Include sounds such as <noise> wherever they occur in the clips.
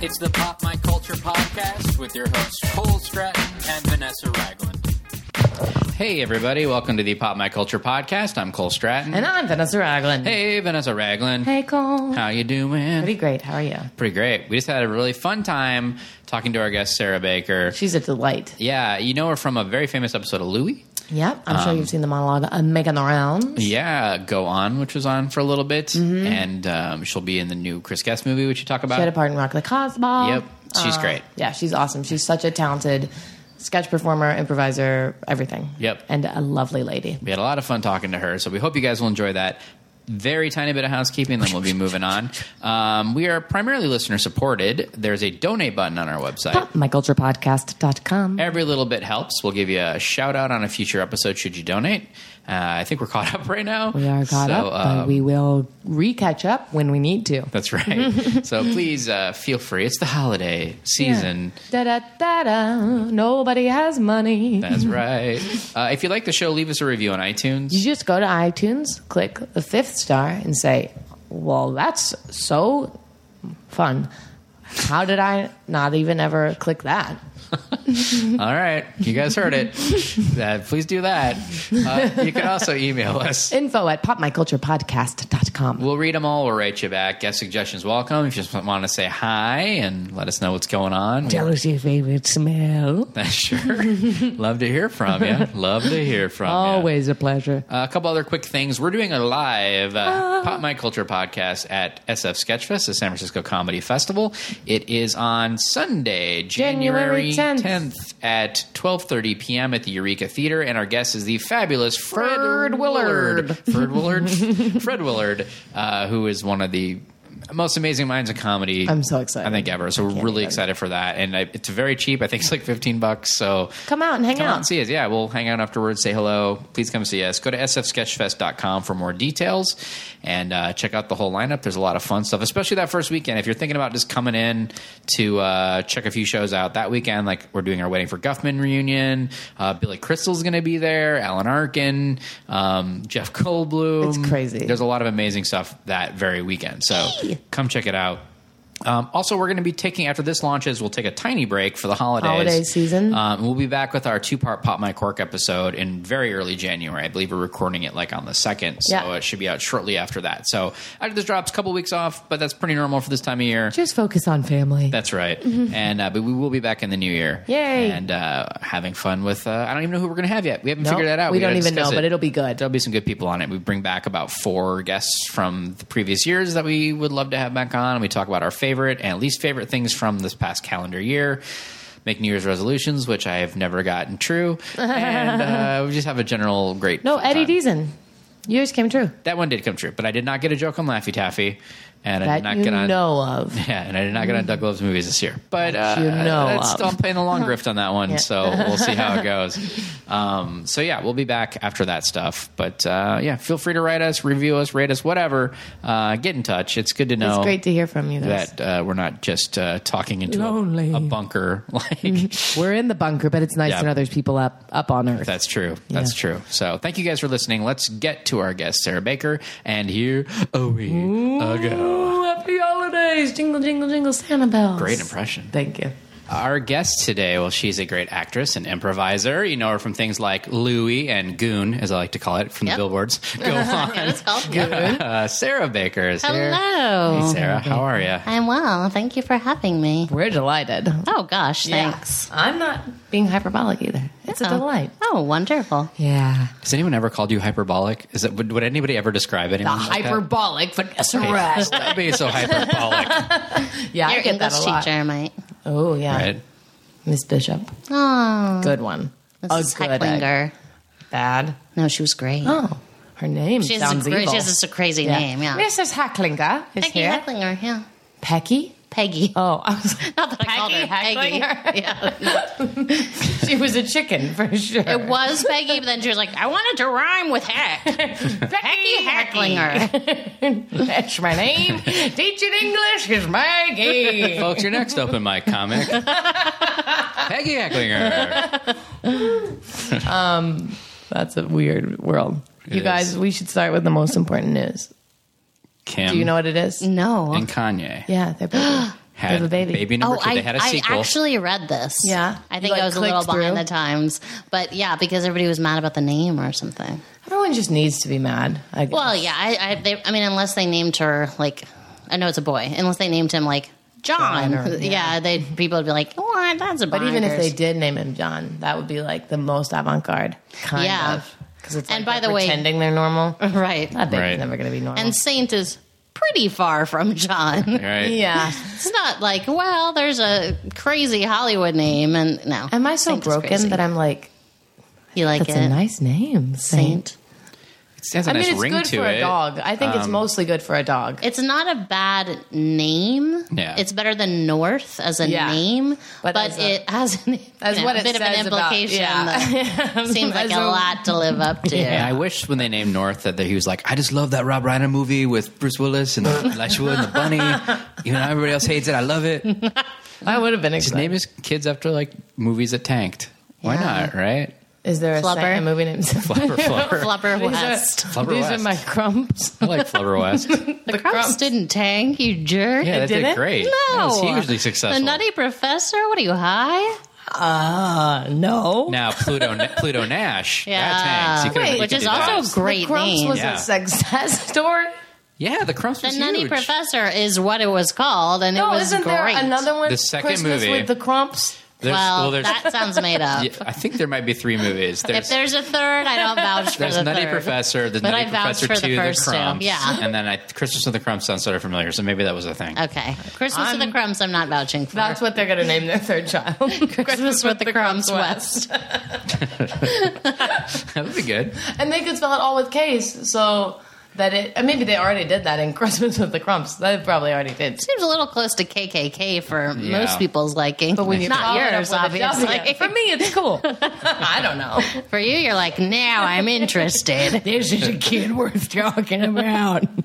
It's the Pop My Culture podcast with your hosts Cole Stratton and Vanessa Ragland. Hey, everybody! Welcome to the Pop My Culture podcast. I'm Cole Stratton. And I'm Vanessa Ragland. hey, Vanessa Ragland. Hey, Cole. How you doing? Pretty great. How are you? Pretty great. We just had a really fun time talking to our guest Sarah Baker. She's a delight. Yeah, you know her from a very famous episode of Louie. Yep. I'm sure you've seen the monologue uh, making the rounds. Um, Yeah, Go On, which was on for a little bit, and um, she'll be in the new Chris Guest movie, which you talk Mm-hmm. She had a about. part in Rock the Cosmo. Yep, she's great. Yeah, she's awesome. She's such a talented sketch performer, improviser, everything. Yep. And a lovely lady. We had a lot of fun talking to her, so we hope you guys will enjoy that. Very tiny bit of housekeeping, then we'll be moving on. Um, we are primarily listener supported. There's a donate button on our website. PopMyCulturePodcast.com. Every little bit helps. We'll give you a shout out on a future episode should you donate. Uh, I think we're caught up right now. We are caught So, up, um, but we will re-catch up when we need to. That's <laughs> right. so please uh, feel free. It's the holiday season. Da da da da. Nobody has money. That's right. Uh, if you like the show, leave us a review on iTunes. You just go to iTunes, click the fifth star, and say, Well, that's so fun. How did I not even ever click that? Mm-hmm. All right, you guys heard <laughs> it. Uh, please do that. Uh, you can also email us. Info at popmyculturepodcast.com. We'll read them all. We'll write you back. Guest suggestions welcome. If you just want to say hi and let us know what's going on, <laughs> Tell us your favorite smell. sure. Love to hear from you. Love to hear from you. Always a pleasure. Uh, a couple other quick things. We're doing a live Ah. uh, Pop My Culture podcast at SF Sketchfest, the San Francisco Comedy Festival. It is on Sunday, January, January 10th. 10th at 12.30 p.m. at the Eureka Theater. And our guest is the fabulous Fred, Fred Willard. Fred Willard? <laughs> Fred Willard, uh, who is one of the most amazing minds of comedy. I'm so excited. I think ever. So we're can't really even. excited for that. And I, it's very cheap. I think it's like 15 bucks. So Come out and hang Come out out. and see us. Yeah, we'll hang out afterwards, say hello. Please come see us. Go to sfsketchfest.com for more details and uh, check out the whole lineup. There's a lot of fun stuff, especially that first weekend. If you're thinking about just coming in to uh, check a few shows out that weekend, like we're doing our Wedding for Guffman reunion, uh, Billy Crystal's going to be there, Alan Arkin, um, Jeff Goldblum. It's crazy. There's a lot of amazing stuff that very weekend. So come check it out. Um, also, we're going to be taking after this launches. We'll take a tiny break for the holidays. Holiday season. Um, and we'll be back with our two-part Pop My Cork episode in very early January. I believe we're recording it like on the second, so Yeah. it should be out shortly after that. So after this drops, a couple weeks off, but that's pretty normal for this time of year. Just focus on family. That's <laughs> right. and uh, but we will be back in the new year. Yay. And uh, having fun with. Uh, I don't even know who we're going to have yet. We haven't Nope, figured that out. We, gotta don't even know, discuss but it'll be good. There'll be some good people on it. We bring back about four guests from the previous years that we would love to have back on. We talk about our favorite and least favorite things from this past calendar year. Make New Year's resolutions, which I have never gotten true, <laughs> and uh, we just have a general great. No, fun Eddie time. Deason. Yours came true. That one did come true, but I did not get a joke on Laffy Taffy, and I did That not you get on. know of. <laughs> Yeah, and I did not get on Doug Love's movies this year, but uh, That you know that's of. still I'm playing the long grift on that one, Yeah. so we'll see how <laughs> it goes. Um, so yeah, we'll be back after that stuff, but uh, yeah, feel free to write us, review us, rate us, whatever. Uh, get in touch. It's good to know. It's great to hear from you guys. that uh, we're not just uh, talking into Lonely. Mm-hmm. a, a bunker. <laughs> Like We're in the bunker, but it's nice Yeah. to know there's people up up on earth. that's true. That's true. So thank you guys for listening. Let's get to our guest, Sarah Baker, and here we go. Ooh, happy holidays! Jingle, jingle, jingle, Santa bells. Great impression. Thank you. Our guest today, well, she's a great actress and improviser. You know her from things like Louie and Goon, as I like to call it, from Yep. the billboards. <laughs> Go on. Yeah, it's called Uh, Sarah Baker is here. Hey, Hello. Sarah, how are you? I'm well. Thank you for having me. We're delighted. Oh gosh, thanks. Ah, I'm not being hyperbolic either. It's a Oh. delight. Oh, wonderful. Yeah. Has anyone ever called you hyperbolic? Is it, would, would anybody ever describe anyone like that? hyperbolic Vanessa Hey, Raj. Stop being so hyperbolic, <laughs> Yeah, I Your get English that a lot. teacher might. Oh yeah, right? Miss Bishop. Oh, Good one. this a is good Hecklinger. egg. Bad. No, she was great. Oh, her name she, has sounds a great evil. she has just a crazy name. Yeah, Mrs. Hacklinger is Peggy here. Hecklinger. Yeah, Pecky. Peggy. <laughs> Oh, I was <laughs> like, Not that I called her Peggy. Yeah, she was a chicken for sure. it was Peggy, but then she was like, "I wanted to rhyme with heck." Peggy <laughs> Hecklinger. That's my <laughs> name. Teaching English is my game. Folks, your next open mic comic, Peggy Ecklinger. That's a weird world. It you is. guys, we should start with the most important news. Kim Do you know what it is? No, and Kanye Yeah, they're baby. had have a baby. Oh, number two. I, They had a I sequel. actually read this. Yeah? I You, think like, I was a little clicked behind through? the times, but yeah, because everybody was mad about the name or something. <gasps> Everyone just needs to be mad. I guess. Well, yeah, I, I, they, I mean, unless they named her like, I know it's a boy. Unless they named him like John, John <laughs> or- yeah, they people would be like, what? That's a. but even <laughs> if they did name him John, that would be like the most avant-garde kind Yeah. of. Because it's And like by they're the way- pretending they're normal. did, right, That baby's Right. never going to be normal. and Saint is pretty far from John. right? yeah. It's not like, well, there's a crazy Hollywood name, and no. Am I so Saint is broken crazy. that I'm like, you like that's it? a nice name, Saint. Saint. It has a I nice mean, it's ring good to for it. Um, a dog. I think it's mostly good for a dog. It's not a bad name. Yeah. It's better than North as a Yeah. name, But but, as a- it has an, That's an- what a it bit of an says about- implication yeah. that seems <laughs> like As a, a- lot to live up to. Yeah, I wish when they named North that he was like, I just love that Rob Reiner movie with Bruce Willis <laughs> and Elijah Wood and the bunny. You know, everybody else hates it. I love it. I would have been Just excited. name his kids after like movies that tanked. Why Yeah. not? Right? Is there a, Flubber. Saint, a movie named <laughs> Flubber Flubber. Flubber These are- West. Flubber These are West. my crumbs. I like Flubber <laughs> West. Yeah, The, Crumps Crumps. didn't tank, you jerk. that did, didn't? great. That was no. hugely successful. The Nutty Professor? What are you, high? Uh, no. now Pluto Pluto Nash. Yeah. That tanks. You could've- Wait, you which could is do that. also The Great Crumps name. was Yeah. a success <laughs> story. Yeah, the Crumps The was Nutty huge. Professor is what it was called, and it No, was isn't great. there another one? The second Christmas movie. with the Crumps. There's- well, there's, that sounds made up. yeah, I think there might be three movies. There's, If there's a third, I don't vouch for There's the Nutty third. Professor, the But Nutty I vouch Professor for the Two, the, first two. Crumbs, Yeah. <laughs> Uh, and then I, Christmas of the Crumbs sounds sort of familiar, so maybe that was a thing. Okay. Christmas I'm- with the Crumbs, I'm not vouching for. That's what they're going to name their third child. <laughs> <laughs> Christmas with the Crumbs West. That'd be good. And they could spell it all with K's, so that it. And maybe they already did that in <laughs> Christmas with the Crumps. They probably already did. <laughs> Seems a little close to KKK for Yeah. most people's liking. But When you not follow it up yours, with a obviously. W. <laughs> For me, it's <laughs> cool. I don't know. For you, you're like, now I'm interested. This is a kid worth talking about. <laughs>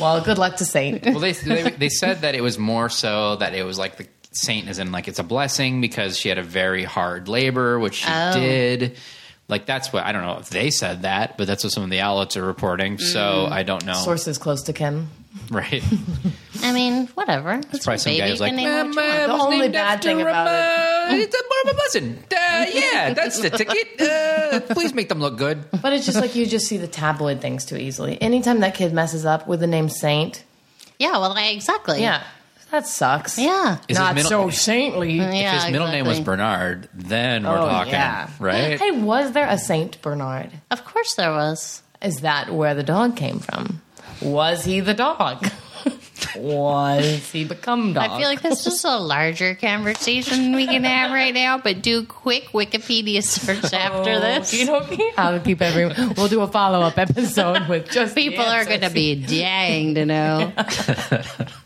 well, good luck to Saint. Well, they, they they said that it was more so that it was like the saint is in like it's a blessing because she had a very hard labor, which she Oh. did. Like that's what I don't know if they said that, but that's what some of the outlets are reporting. So Mm. I don't know, Sources close to Ken. <laughs> right? I mean, whatever. It's, probably your some baby. guy who's You can like, name what you want. The only bad thing about it. It's a more of a buzzing. Uh, yeah, that's the ticket. Uh, please make them look good. But it's just like you just see the tabloid things too easily. Anytime that kid messes up with the name Saint, yeah, well, like, exactly. yeah, that sucks. Yeah. Is his Not middle- so saintly. Yeah, if his middle name was exactly. Bernard, then we're Oh, talking, yeah. right? Hey, was there a Saint Bernard? Of course there was. Is that where the dog came from? Was he the dog? <laughs> was he become dog? I feel <laughs> like this is a larger conversation we can have right now, but do quick Wikipedia search after this. Oh, You know me. I'll keep everyone. We'll do a follow up episode with <laughs> just the People are going to answers. <laughs> be dying to <laughs> know.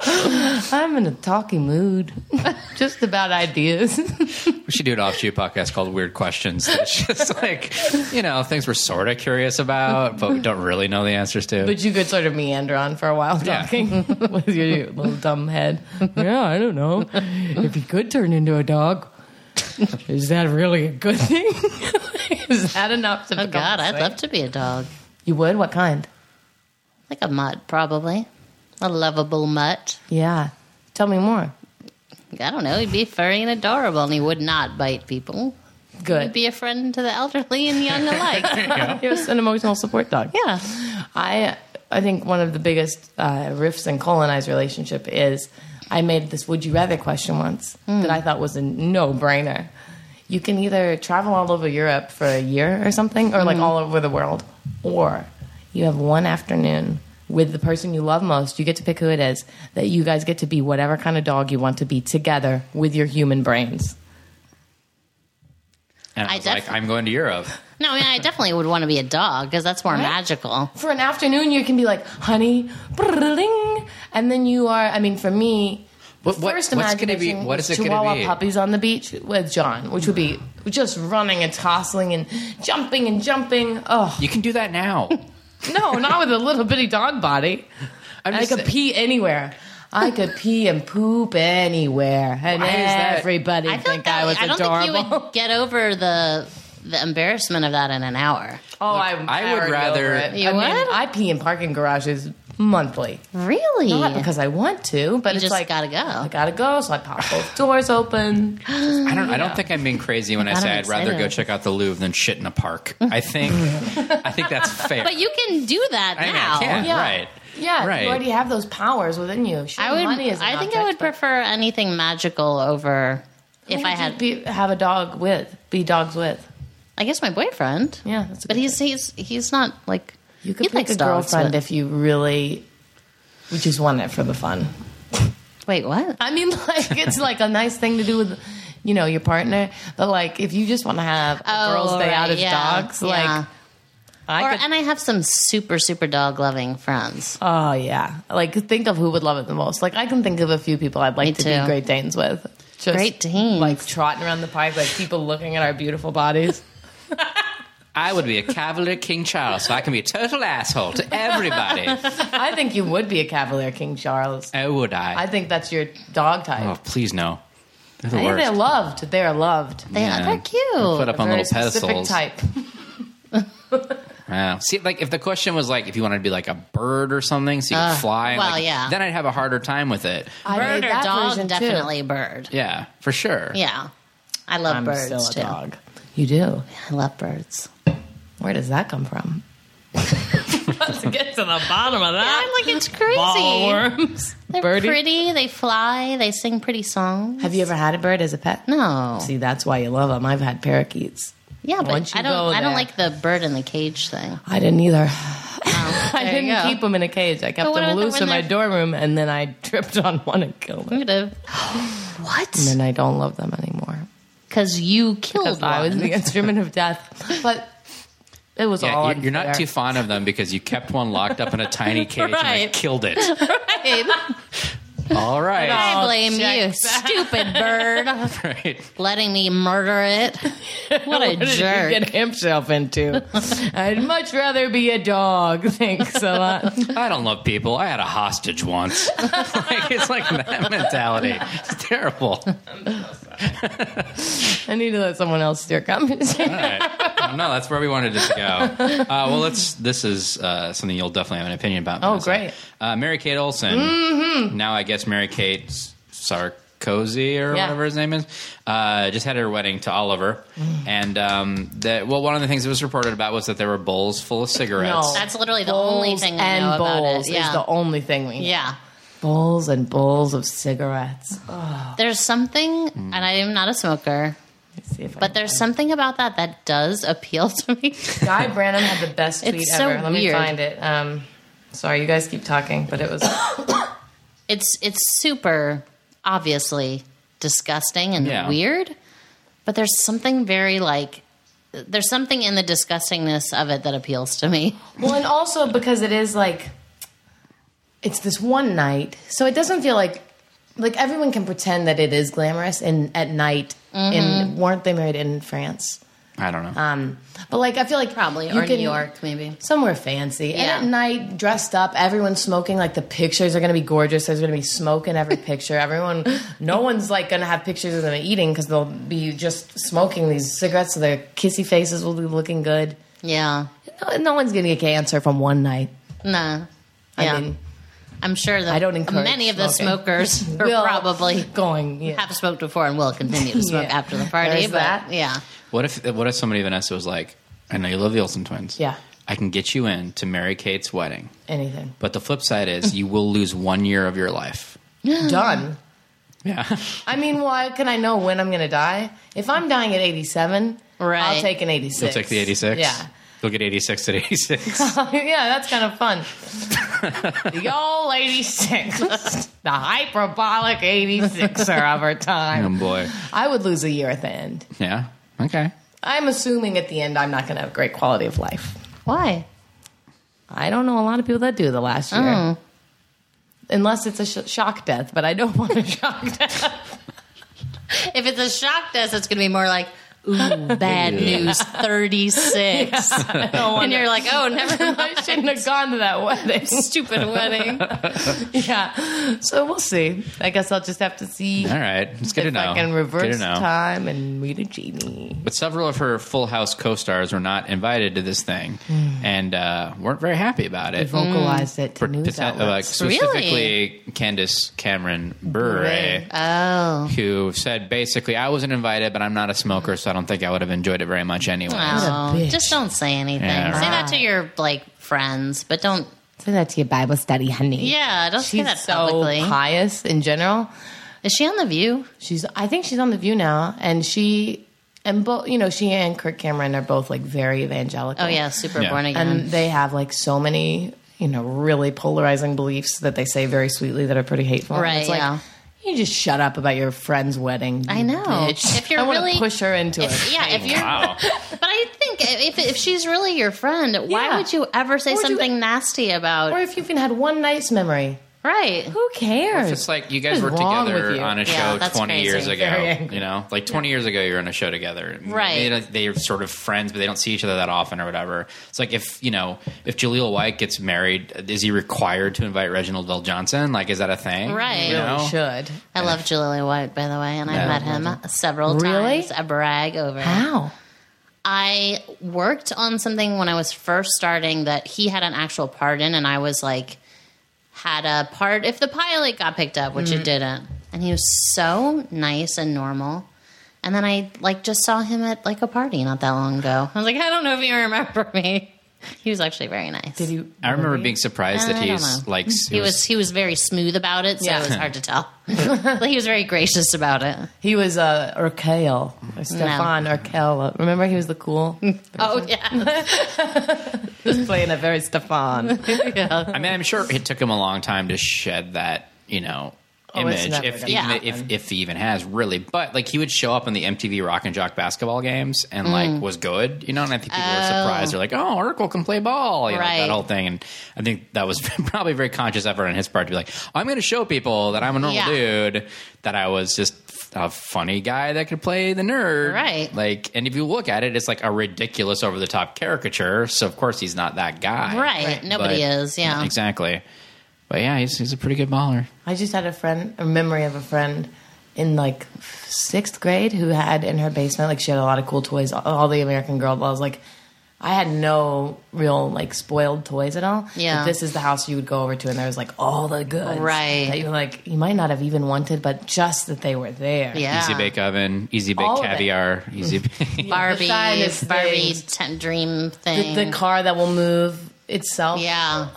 I'm in a talky mood, <laughs> just about <laughs> ideas. We should do an offshoot podcast called Weird Questions. <laughs> It's just like, you know, things we're sort of curious about, but we don't really know the answers to. But you could sort of meander on for a while Yeah. talking <laughs> with your little dumb head. Yeah, I don't know. If he could turn into a dog, is that really a good thing? <laughs> is that enough to Oh, God, I'd love to be a dog. You would? What kind? Like a mutt, probably. A lovable mutt. Yeah. Tell me more. I don't know. He'd be furry and adorable, and he would not bite people. He'd Good. be a friend to the elderly and young <laughs> alike. You're an emotional support dog. yeah. I I think one of the biggest uh, rifts in Cole and I's relationship is I made this would you rather question once that I thought was a no brainer. You can either travel all over Europe for a year or something, or like all over the world, or you have one afternoon with the person you love most. You get to pick who it is. That you guys get to be whatever kind of dog you want to be together with your human brains. and I I was def- like, I'm going to Europe. No, I mean, I definitely would want to be a dog because that's more magical. for an afternoon you can be like honey brrrling, and then you are i mean for me What- what- first what's gonna be- imagination what was is it gonna chihuahua be? puppies on the beach with john which would be just running and tossing and jumping and jumping oh You can do that now. no not with a little bitty dog body I'm i just could saying- pee anywhere I could pee and poop anywhere, and Why is that- everybody I feel think like that, I was I don't adorable. think you would get over the the embarrassment of that in an hour. oh, I, I would already rather- over it. You I mean, would? I pee in parking garages monthly. Really? Not because I want to, but You it's just like gotta go. I gotta go, so I pop both doors <gasps> open. I don't. I don't think I'm being crazy when I God, say I'm I'd rather go excited. check out the Louvre than shit in a park. I think. I think <laughs> that's fair. but you can do that I mean, now. I can. Yeah. Right. Yeah, Right. you already have those powers within you. Sure, I would. Money is an I think I object, would but prefer anything magical over who if would I you had. be, have a dog with be dogs with. I guess my boyfriend. Yeah, that's a but good he's he's he's not like You could he pick likes a dogs, girlfriend but- if you really would just want it for the fun. wait, what? I mean, <laughs> like it's like a nice thing to do with, you know, your partner. But like, if you just want to have a girls' day Oh, right, out as yeah, dogs, yeah. like I or could, and I have some super super dog loving friends. oh yeah, like think of who would love it the most. Like I can think of a few people I'd Me like to too. be Great Danes with. Just, Great Danes. like trotting around the park, like people looking at our beautiful <laughs> bodies. I would be a cavalier King Charles, so I can be a total asshole to <laughs> everybody. I think you would be a Cavalier King Charles. oh, would I? I think that's your dog type. Oh, please no. They're the I think worst. they're loved. They are loved. They Yeah. are they're cute. They're put up on Very little specific pedestals. type. Yeah. Oh. See, like if the question was like if you wanted to be like a bird or something, so you Ugh. could fly. Uh, Well, like, yeah. Then I'd have a harder time with it. I bird made or that dog? version, too. Definitely bird. Yeah, for sure. Yeah, I love I'm birds still a too. dog. You do. I love birds. Where does that come <laughs> from? Let's get to the bottom of I'm like it's crazy. Ballworms. They're pretty. They fly. They sing pretty songs. Have you ever had a bird as a pet? No. See, that's why you love them. I've had parakeets. yeah, Once but you I don't. go I don't there. like the bird in the cage thing. I didn't either. <laughs> I <sighs> there you didn't go. keep them in a cage. I kept what them about the- loose when in my they're- dorm room, and then I <laughs> tripped on one and killed them. I'm gonna. <gasps> what? And I don't love them anymore. Because you killed I was one. <laughs> the <laughs> instrument of death. But it was all. Yeah, you're, you're not unfair. too fond of them because you kept one locked up in <laughs> a tiny cage and I Right. killed <laughs> it. I All <laughs> right. blame Oh, check you, stupid bird, <laughs> Right. letting me murder it. What a What did jerk! he get himself <laughs> into? I'd much rather be a dog. <laughs> Thanks a lot. I don't love people. I had a hostage once. <laughs> like, it's like that mentality. It's terrible. All I need to let someone else steer conversation. <laughs> right. No, that's where we wanted it to go. Uh, well, let's. This is uh, something you'll definitely have an opinion about. Oh, Vanessa. great. Mm-hmm. Uh, Mary Kate Olsen. Now I guess Mary Kate S- Sarkozy or Yeah. whatever his name is uh, just had her wedding to Oliver, Mm. and um, that well, one of the things that was reported about was that there were bowls full of cigarettes. That's literally the only Bowls thing I and know about it. bowls Yeah. is the only thing we. yeah, Bowls and bowls of cigarettes. there's something, and I am not a smoker, Let's see if but there's something about that that does appeal to me. Guy Branum had the best tweet It's so ever. Let me weird. find it. Um, sorry, you guys keep talking, but it was It's it's super obviously disgusting and Yeah. weird, but there's something very like there's something in the disgustingness of it that appeals to me. <coughs> well, and also because it is like it's this one night, so it doesn't feel like like everyone can pretend that it is glamorous and at night. And weren't they married in France? I don't know. Um, but like I feel like Probably you or can- New York maybe. somewhere fancy and Yeah. at night dressed up everyone's smoking like the pictures are going to be gorgeous there's going to be smoke in every picture everyone <laughs> no one's like going to have pictures of them eating because they'll be just smoking these cigarettes so their kissy faces will be looking good Yeah. no, no one's going to get cancer from one night Nah. i yeah. mean I'm sure that I don't encourage many of the smoking. <laughs> smokers are we'll- probably going yeah. have smoked before and will continue to smoke Yeah. after the party. There's but that. yeah, What if what if somebody Vanessa was like, I know you love the Olsen twins. Yeah. I can get you in to Mary Kate's wedding. anything But the flip side is you will lose one year of your <laughs> life. <gasps> done Yeah. i mean why can i know when i'm going to die if i'm dying at 87 Right. i'll take an 86 You'll take the eighty six. yeah You'll get eighty six at eighty six. <laughs> yeah, that's kind of fun. the old 86. the hyperbolic 86er of her oh time. boy. I would lose a year at the end. Yeah. Okay. I'm assuming at the end I'm not going to have great quality of life. why? I don't know a lot of people that do the last year. Unless it's a sh- shock death, but I don't want a <laughs> shock death. If it's a shock death, it's going to be more like, ooh, <laughs> bad news 36. <laughs> No And wonder. you're like, oh, never mind. I shouldn't have gone to that wedding. Stupid wedding. yeah. So we'll see. I guess I'll just have to see. All right, it's good to if know. I can reverse Good to know. time and meet a genie. But several of her Full House co-stars were not invited to this thing, Hmm. and uh, weren't very happy about it. Vocalized it to Per- news poten- uh, like, outlets. specifically, Candace Cameron Bure, Oh. who said basically, "I wasn't invited, but I'm not a smoker, so I don't think I would have enjoyed it very much anyway." Oh, bitch. just don't say anything. Yeah, Say right. that to your like friends, but don't. Send that to your Bible study, honey. Yeah, don't say She's that so publicly. pious in general. Is she on the View? She's I think she's on the View now, and she and both you know she and Kirk Cameron are both like very evangelical. Oh yeah, super Yeah. born again. and they have like so many you know really polarizing beliefs that they say very sweetly that are pretty hateful. And Right, It's like, yeah. You just shut up about your friend's wedding. I know. bitch. If you're I wanna really- push her into If- it. yeah, if you're. Wow. But I think if if she's really your friend, why Yeah. would you ever say Or would you- something nasty about? Or if you've even had one nice memory, right. who cares? It's like you guys What were is wrong together with you? on a show Yeah, that's 20 crazy. years <laughs> ago. Very angry. You know, like 20 years ago, you were on a show together. And Right. They, don't- they're sort of friends, but they don't see each other that often or whatever. It's like if, you know, if Jaleel White gets married, is he required to invite Reginald Bell Johnson? Like, is that a thing? Right. You Really know? should. I love Jalili White, by the way, and I met him several Really? times. I brag over. it. How? I worked on something when I was first starting that he had an actual part in, and I was like, had a part. If the pilot got picked up, which Mm. it didn't, and he was so nice and normal. And then I like just saw him at like a party not that long ago. I was like, I don't know if you remember me. <laughs> He was actually very nice. Did you? I remember being surprised Uh, that I don't he's know. like, He was he was very smooth about it, so Yeah. it was hard <laughs> to tell. but he was very gracious about it. He was uh, Urkel, or Stefan Urkel. Remember, he was the cool. <laughs> he Oh yeah, <laughs> was playing a very Stefan. I mean, I'm sure it took him a long time to shed that, you know, Oh, it's image, never if, gonna even, happen. if if he even has really. But like, he would show up in the MTV Rock and Jock basketball games and Mm. like was good, you know. And I think people were surprised. They're like, "Oh, Urkel can play ball," you know, Right. that whole thing. And I think that was <laughs> probably a very conscious effort on his part to be like, "I'm going to show people that I'm a normal Yeah. dude, that I was just." A funny guy that could play the nerd, Right. Like, and if you look at it, it's like a ridiculous, over the top caricature. So of course he's not that guy, right. Nobody but- is. Yeah, exactly. But yeah, he's he's a pretty good baller. I just had a friend, a memory of a friend in like sixth grade who had in her basement, like she had a lot of cool toys, all- all the American Girl dolls. Like, I had no real like spoiled toys at all. Yeah. But this is the house you would go over to, and there was like all the goods, Right. That you like, you might not have even wanted, but just that they were there. yeah. Easy bake oven, easy bake All of it. caviar, <laughs> easy. Bake. Barbie, shyness Barbie things. ten, dream thing. The, the car that will move itself. yeah,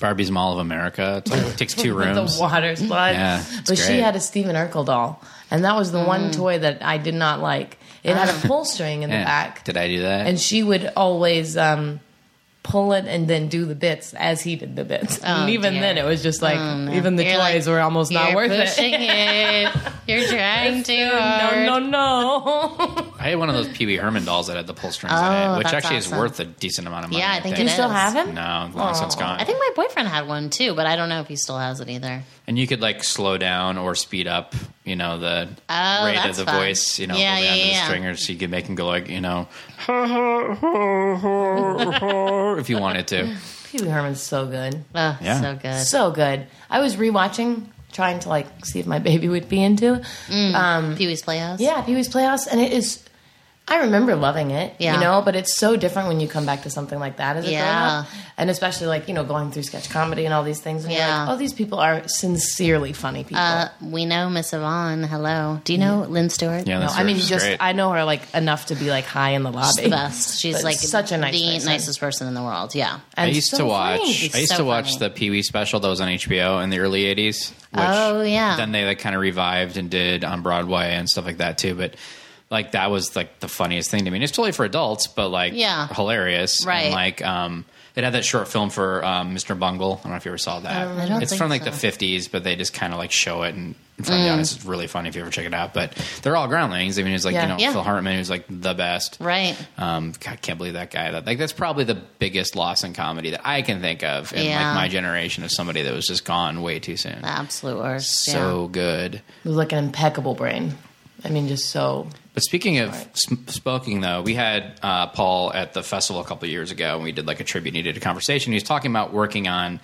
Barbie's Mall of America. It's like- it takes <laughs> two with rooms. The water slide. Yeah, it's but great. she had a Steven Urkel doll, and that Mm. was the one toy that I did not like. It had <laughs> a pull string in the Yeah. back, Did I do that? and she would always um, pull it and then do the bits as he did the bits. and even Oh, dear. Oh, then, it was just like even the You're like, toys were almost not you're worth pushing it. it. You're trying too hard. <laughs> No, no, <laughs> no. I had one of those Pee Wee Herman dolls that had the pull strings in Oh, it, which that's actually is awesome. worth a decent amount of money. Yeah, I think you it still is. have him? No, long since gone. I think my boyfriend had one too, but I don't know if he still has it either. and you could like slow down or speed up, you know, the Oh, rate of that's the fun. voice, you know, Yeah, hold down yeah, to the yeah. stringer so you could make him go like, you know, <laughs> if you wanted <laughs> to. Pee Wee Herman's so good, Oh, Yeah. so good. so good. I was rewatching, trying to like see if my baby would be into. it. Pee Wee's Playhouse. Yeah, Pee Wee's Playhouse, and it is. I remember loving it, Yeah. you know, but it's so different when you come back to something like that as a Yeah. grown up, and especially like you know going through sketch comedy and all these things. And you're Yeah. like, oh, these people are sincerely funny people. Uh, we know Miss Yvonne. Hello. Do you know Lynn Stewart? Yeah, no, that's I mean, great. just I know her like enough to be like high in the lobby. She's the <laughs> best. She's But like such a nice the person. nicest person in the world. Yeah. I And used so to watch. funny. I used so to watch funny. the Pee Wee special that was on HBO in the early '80s. Which Oh, yeah. Then they like kind of revived and did on Broadway and stuff like that too. But like that was like the funniest thing to me. And it's totally for adults, but like Yeah. hilarious. Right. And like um, it had that short film for um, Mr. Bungle. I don't know if you ever saw that. I don't it's think from like so. Mm. the '50s, but they just kind of like show it and. In front of the audience, it's really funny if you ever check it out. But they're all groundlings. I mean, it's like Yeah. you know Yeah. Phil Hartman, who's like the best, Right. um, God, I can't believe that guy. That like that's probably the biggest loss in comedy that I can think of in Yeah. Ah, like my generation of somebody that was just gone way too soon. The absolute worst. so good. It was like an impeccable brain. I mean, just so But speaking of sm- smoking, though, we had uh, Paul at the festival a couple of years ago, and we did like a tribute. And he did a conversation. He was talking about working on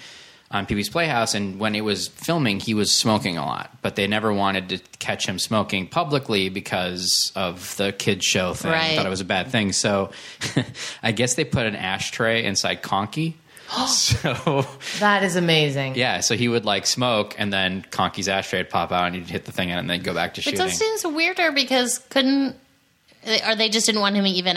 on Pee Wee's Playhouse, and when it was filming, he was smoking a lot, but they never wanted to catch him smoking publicly because of the kids show thing. They Right. thought it was a bad thing, so <laughs> I guess they put an ashtray inside Conky. <gasps> so that is amazing. yeah, so he would like smoke, and then Conky's ashtray would pop out, and he'd hit the thing, in it and then go back to But shooting. those seems weirder because couldn't or they just didn't want him even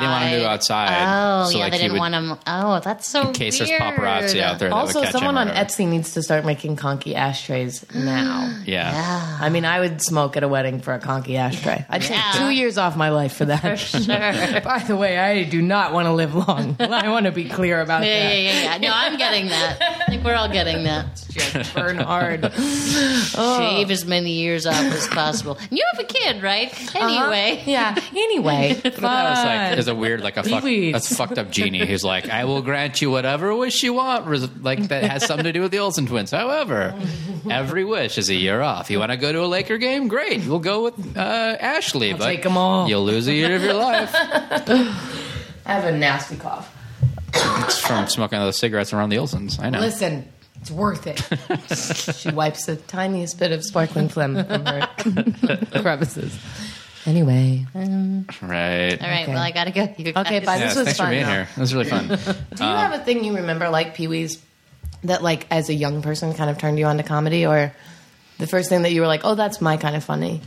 They didn't want him to go outside. Oh So, yeah, like, they he didn't would- want him. Oh, that's so in case weird. there's paparazzi out there. that Also, would catch someone him or on whatever. Etsy needs to start making conky ashtrays now. Yeah. I mean, I would smoke at a wedding for a conky ashtray. I'd take Yeah. two years off my life for that. Sure. yeah, By the way, I do not want to live long. <laughs> I want to be clear about yeah, that. yeah, yeah. No, I'm getting that. I think we're all <laughs> getting that. Just burn hard. Oh. Shave as many years off as possible. And you have a kid, right? <laughs> Uh-huh. Anyway. Uh-huh. Yeah. Anyway. <laughs> That was fun. like there's a weird like a fuck, Peewees. that's fucked up genie who's like I will grant you whatever wish you want res- like that has something to do with the Olsen twins. However, every wish is a year off. You want to go to a Laker game? Great, we'll go with uh, Ashley. but take 'em all. You'll lose a year of your <laughs> life I have a nasty cough. It's from smoking those cigarettes around the Olsons. I know. Listen, it's worth <laughs> it. she wipes the tiniest bit of sparkling phlegm from her <laughs> crevices. Anyway. Right. All right. Okay. Well, I gotta go. You Okay, guys. bye. Yes, This was thanks for fun, being though. here. That was really <laughs> fun. Do you Um, have a thing you remember, like Pee Wee's, that like as a young person kind of turned you on to comedy, or the first thing that you were like, "Oh, that's my kind of funny."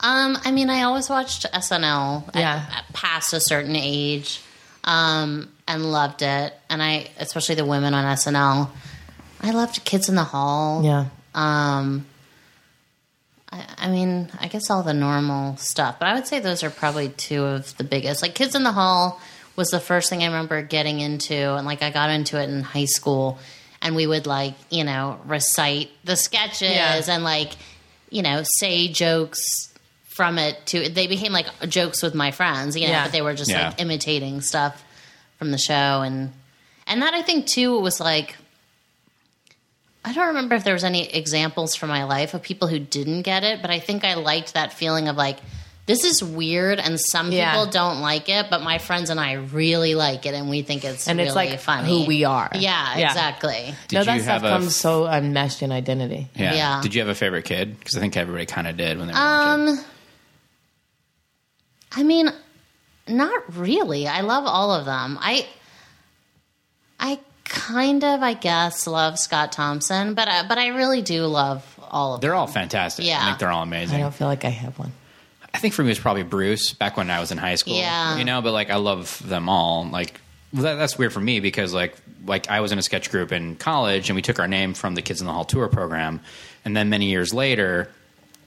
Um, I mean, I always watched SNL at- Yeah. at past a certain age, um, and loved it. And I, especially the women on SNL, I loved Kids in the Hall. Yeah. Um, I, I mean, I guess all the normal stuff, but I would say those are probably two of the biggest. Like Kids in the Hall was the first thing I remember getting into, and like I got into it in high school, and we would like you know recite the sketches Yeah. and like you know say jokes from it to they became like jokes with my friends, you know, Yeah. but they were just Yeah. like imitating stuff from the show and and that I think too was like I don't remember if there was any examples from my life of people who didn't get it, but I think I liked that feeling of like this is weird and some Yeah. people don't like it, but my friends and I really like it and we think it's And it's really like funny. who we are. Yeah, Yeah. exactly. Did no, you that stuff have a- comes so enmeshed in identity. Yeah. Yeah. Did you have a favorite kid? Because I think everybody kind of did when they were watching. Um I mean not really. I love all of them. I I kind of I guess love Scott Thompson, but I, but I really do love all of them. They're all fantastic. I Yeah. think they're all I amazing. don't feel like I have one. I think for me it was probably Bruce back when I was in high school. Yeah. you know, but like I love them all. Like well, that, that's weird for me because like like I was in a sketch group in college and we took our name from the Kids in the Hall tour program, and then many years later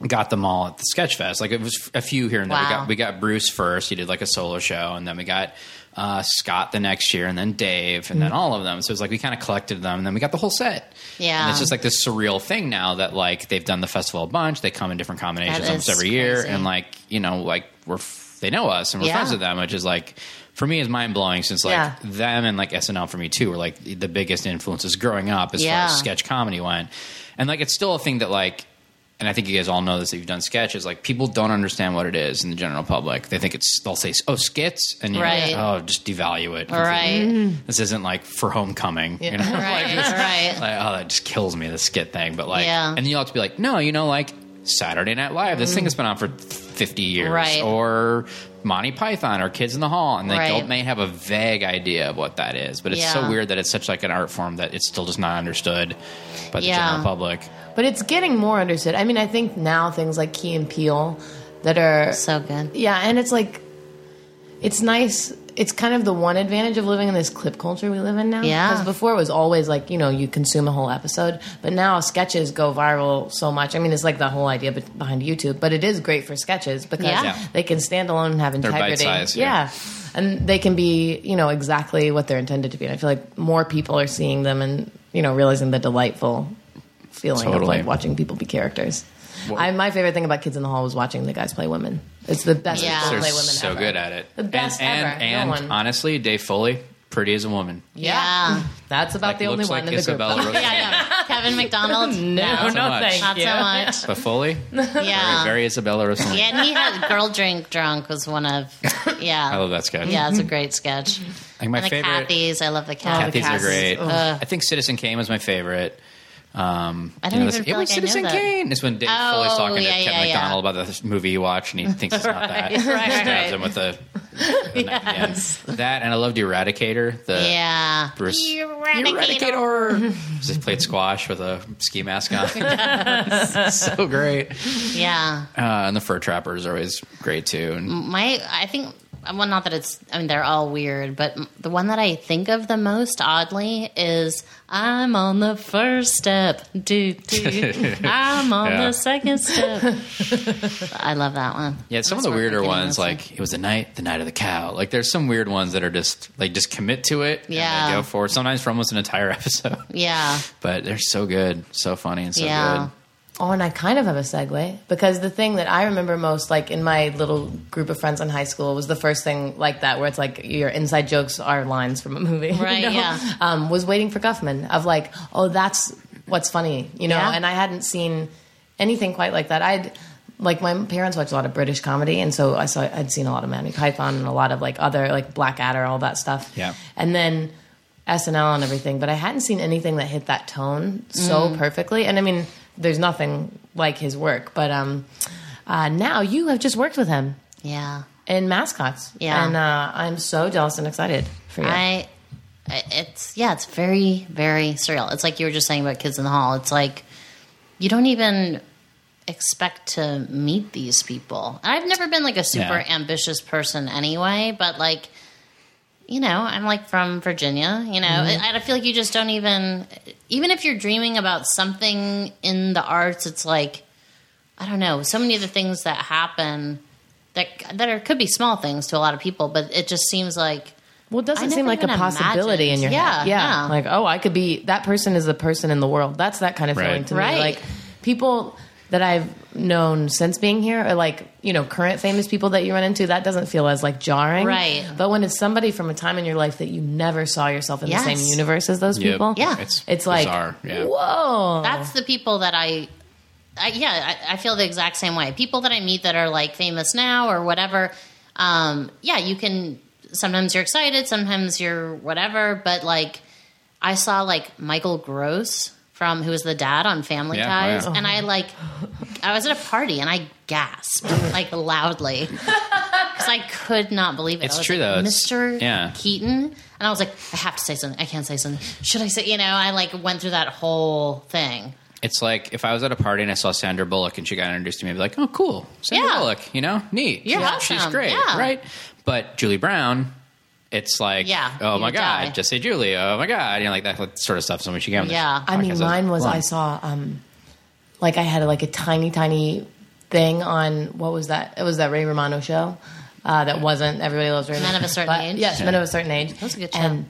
got them all at the sketch fest. Like it was a few here and there. We Wow. got we got Bruce first. He did like a solo show, and then we got. Uh, Scott the next year, and then Dave, and then Mm. all of them. So it's like we kind of collected them, and then we got the whole set. Yeah. and it's just like this surreal thing now that like they've done the festival a bunch. They come in different combinations That almost is every year, crazy. and like you know, like we're f- they know us and we're Yeah. friends with them, which is like for me is mind blowing. Since like Yeah. them and like SNL for me too were like the biggest influences growing up as Yeah. far as sketch comedy went, and like it's still a thing that like. And I think you guys all know this if you've done sketches. Like people don't understand what it is in the general public. They think it's they'll say oh skits and you're like, Right. oh just devalue it. all right. This isn't like for homecoming. You know? <laughs> Right, right. like, oh, that just kills me, the skit thing. But like, Yeah. Mm. and then you'll have to be like, no, you know, like Saturday Night Live, this thing has been on for 50 years. Right. Or Monty Python or Kids in the Hall. And they Right. don't may have a vague idea of what that is. But it's so Yeah. weird that it's such like an art form that it's still just not understood by the Yeah. general public. But it's getting more understood. I mean, I think now things like Key and Peele that are So good. Yeah, and it's like it's nice. It's kind of the one advantage of living in this clip culture we live in now. Yeah. Because before it was always like, you know, you consume a whole episode, but now sketches go viral so much. I mean, it's like the whole idea be- behind YouTube, but it is great for sketches because Yeah. Yeah. they can stand alone and have integrity. bite-sized, yeah. yeah. And they can be, you know, exactly what they're intended to be. And I feel like more people are seeing them and, you know, realizing the delightful feeling of Totally. like watching people be characters. I, my favorite thing about Kids in the Hall was watching the guys play women. It's the best Yeah. people They're play women so ever. good at it. The best and, ever. No And, and one. honestly, Dave Foley. Pretty as a woman. Yeah. That's about Like, the only looks one like in the Isabella group. <laughs> Yeah, Rosa. I know. <laughs> Kevin McDonald. No, no, so much. thank Not you. so But <laughs> Foley? Very, much. Yeah. very Isabella Rossellini. yeah, and he had Girl Drink Drunk was <laughs> one of, yeah. I love that sketch. Yeah, it's a great sketch. Like my and the favorite. Cathy's. I love the Oh, Cathy. the Cathy's are great. Cathy's. Ugh. I think Citizen Kane was my favorite. Um, I you don't know, this- even it feel was like I knew Citizen that. Kane. It's when Dave Oh, Foley's talking yeah, to yeah, Kevin yeah. McDonald about this movie he watched, and he thinks it's not that. He <laughs> right, stabs right. him with <laughs> a that, and I loved Eradicator. The yeah. Bruce Eradicator. just played squash with a ski mask on. <laughs> <laughs> so great. Yeah. Uh, and the Fur Trapper is always great too. And My, I think, well, not that it's, I mean, they're all weird, but the one that I think of the most, oddly, is I'm on the first step. <laughs> Do, do. I'm on Yeah. the <laughs> second step. I love that one. Yeah, some of That's the where I'm weirder getting ones, this one. like it was the night, the night of the cow. Like there's some weird ones that are just like just commit to it. and they Yeah. go for it. Sometimes for almost an entire <laughs> episode, yeah. but they're so good, so funny, and so Yeah. Oh, and I kind of have a segue because the thing that I remember most, like in my little group of friends in high school, was the first thing like that where it's like your inside jokes are lines from a movie. <laughs> you Right, know? yeah. Um, was waiting for Guffman of like, oh, that's what's funny, you know? Yeah. And I hadn't seen anything quite like that. I'd like my parents watched a lot of British comedy, and so I saw I'd seen a lot of Monty Python and a lot of like other like Blackadder, all that stuff. Yeah. and then. SNL and everything, but I hadn't seen anything that hit that tone so Mm. perfectly. And I mean, there's nothing like his work, but um, uh, now you have just worked with him Yeah. in Mascots. Yeah. And uh, I'm so jealous and excited for you. I, I- it's yeah, it's very very surreal. It's like you were just saying about Kids in the Hall. It's like you don't even expect to meet these people. And I've never been like a super Yeah. ambitious person anyway, but like you know, I'm like from Virginia, you know. I I feel like you just don't even even if you're dreaming about something in the arts, it's like I don't know, so many of the things that happen that that are could be small things to a lot of people, but it just seems like well, it doesn't I seem never like a even possibility in your imagined. head. Yeah, Yeah. yeah. Like, oh, I could be that person is the person in the world. That's that kind of Right. feeling to Right. me. Like, people that I've known since being here are like, you know, current famous people that you run into. That doesn't feel as like jarring. Right. But when it's somebody from a time in your life that you never saw yourself in Yes. the same universe as those good. people. Yeah. it's It's like, bizarre. Yeah. whoa. that's Oh. the people that I, I yeah, I, I feel the exact same way. People that I meet that are like famous now or whatever, um, yeah, you can. Sometimes you're excited, sometimes you're whatever, but like I saw like Michael Gross from who was the dad on Family Yeah, oh, Ties, yeah. and I like I was at a party and I gasped <laughs> like loudly because I could not believe it. It's I was true, like, though. It's- Mr. yeah. Keaton, and I was like, I have to say something. I can't say something. Should I say? You know, I like went through that whole thing. It's like if I was at a party and I saw Sandra Bullock and she got introduced to me, I'd be like, "Oh, cool, Sandra Yeah. Bullock, you know, neat. You're she's, awesome. she's great, Yeah. right?" But Julie Brown, it's like, Yeah, oh you my would god, die. just say Julie, oh my god, you know, like that sort of stuff. So when she came, on the Yeah. I podcast, mean, mine was blown. I saw um, like I had like a tiny, tiny thing on what was that? It was that Ray Romano show uh, that wasn't Everybody Loves Ray. Men of a Certain But- Age? Yes, men of a certain age. That was a good show. And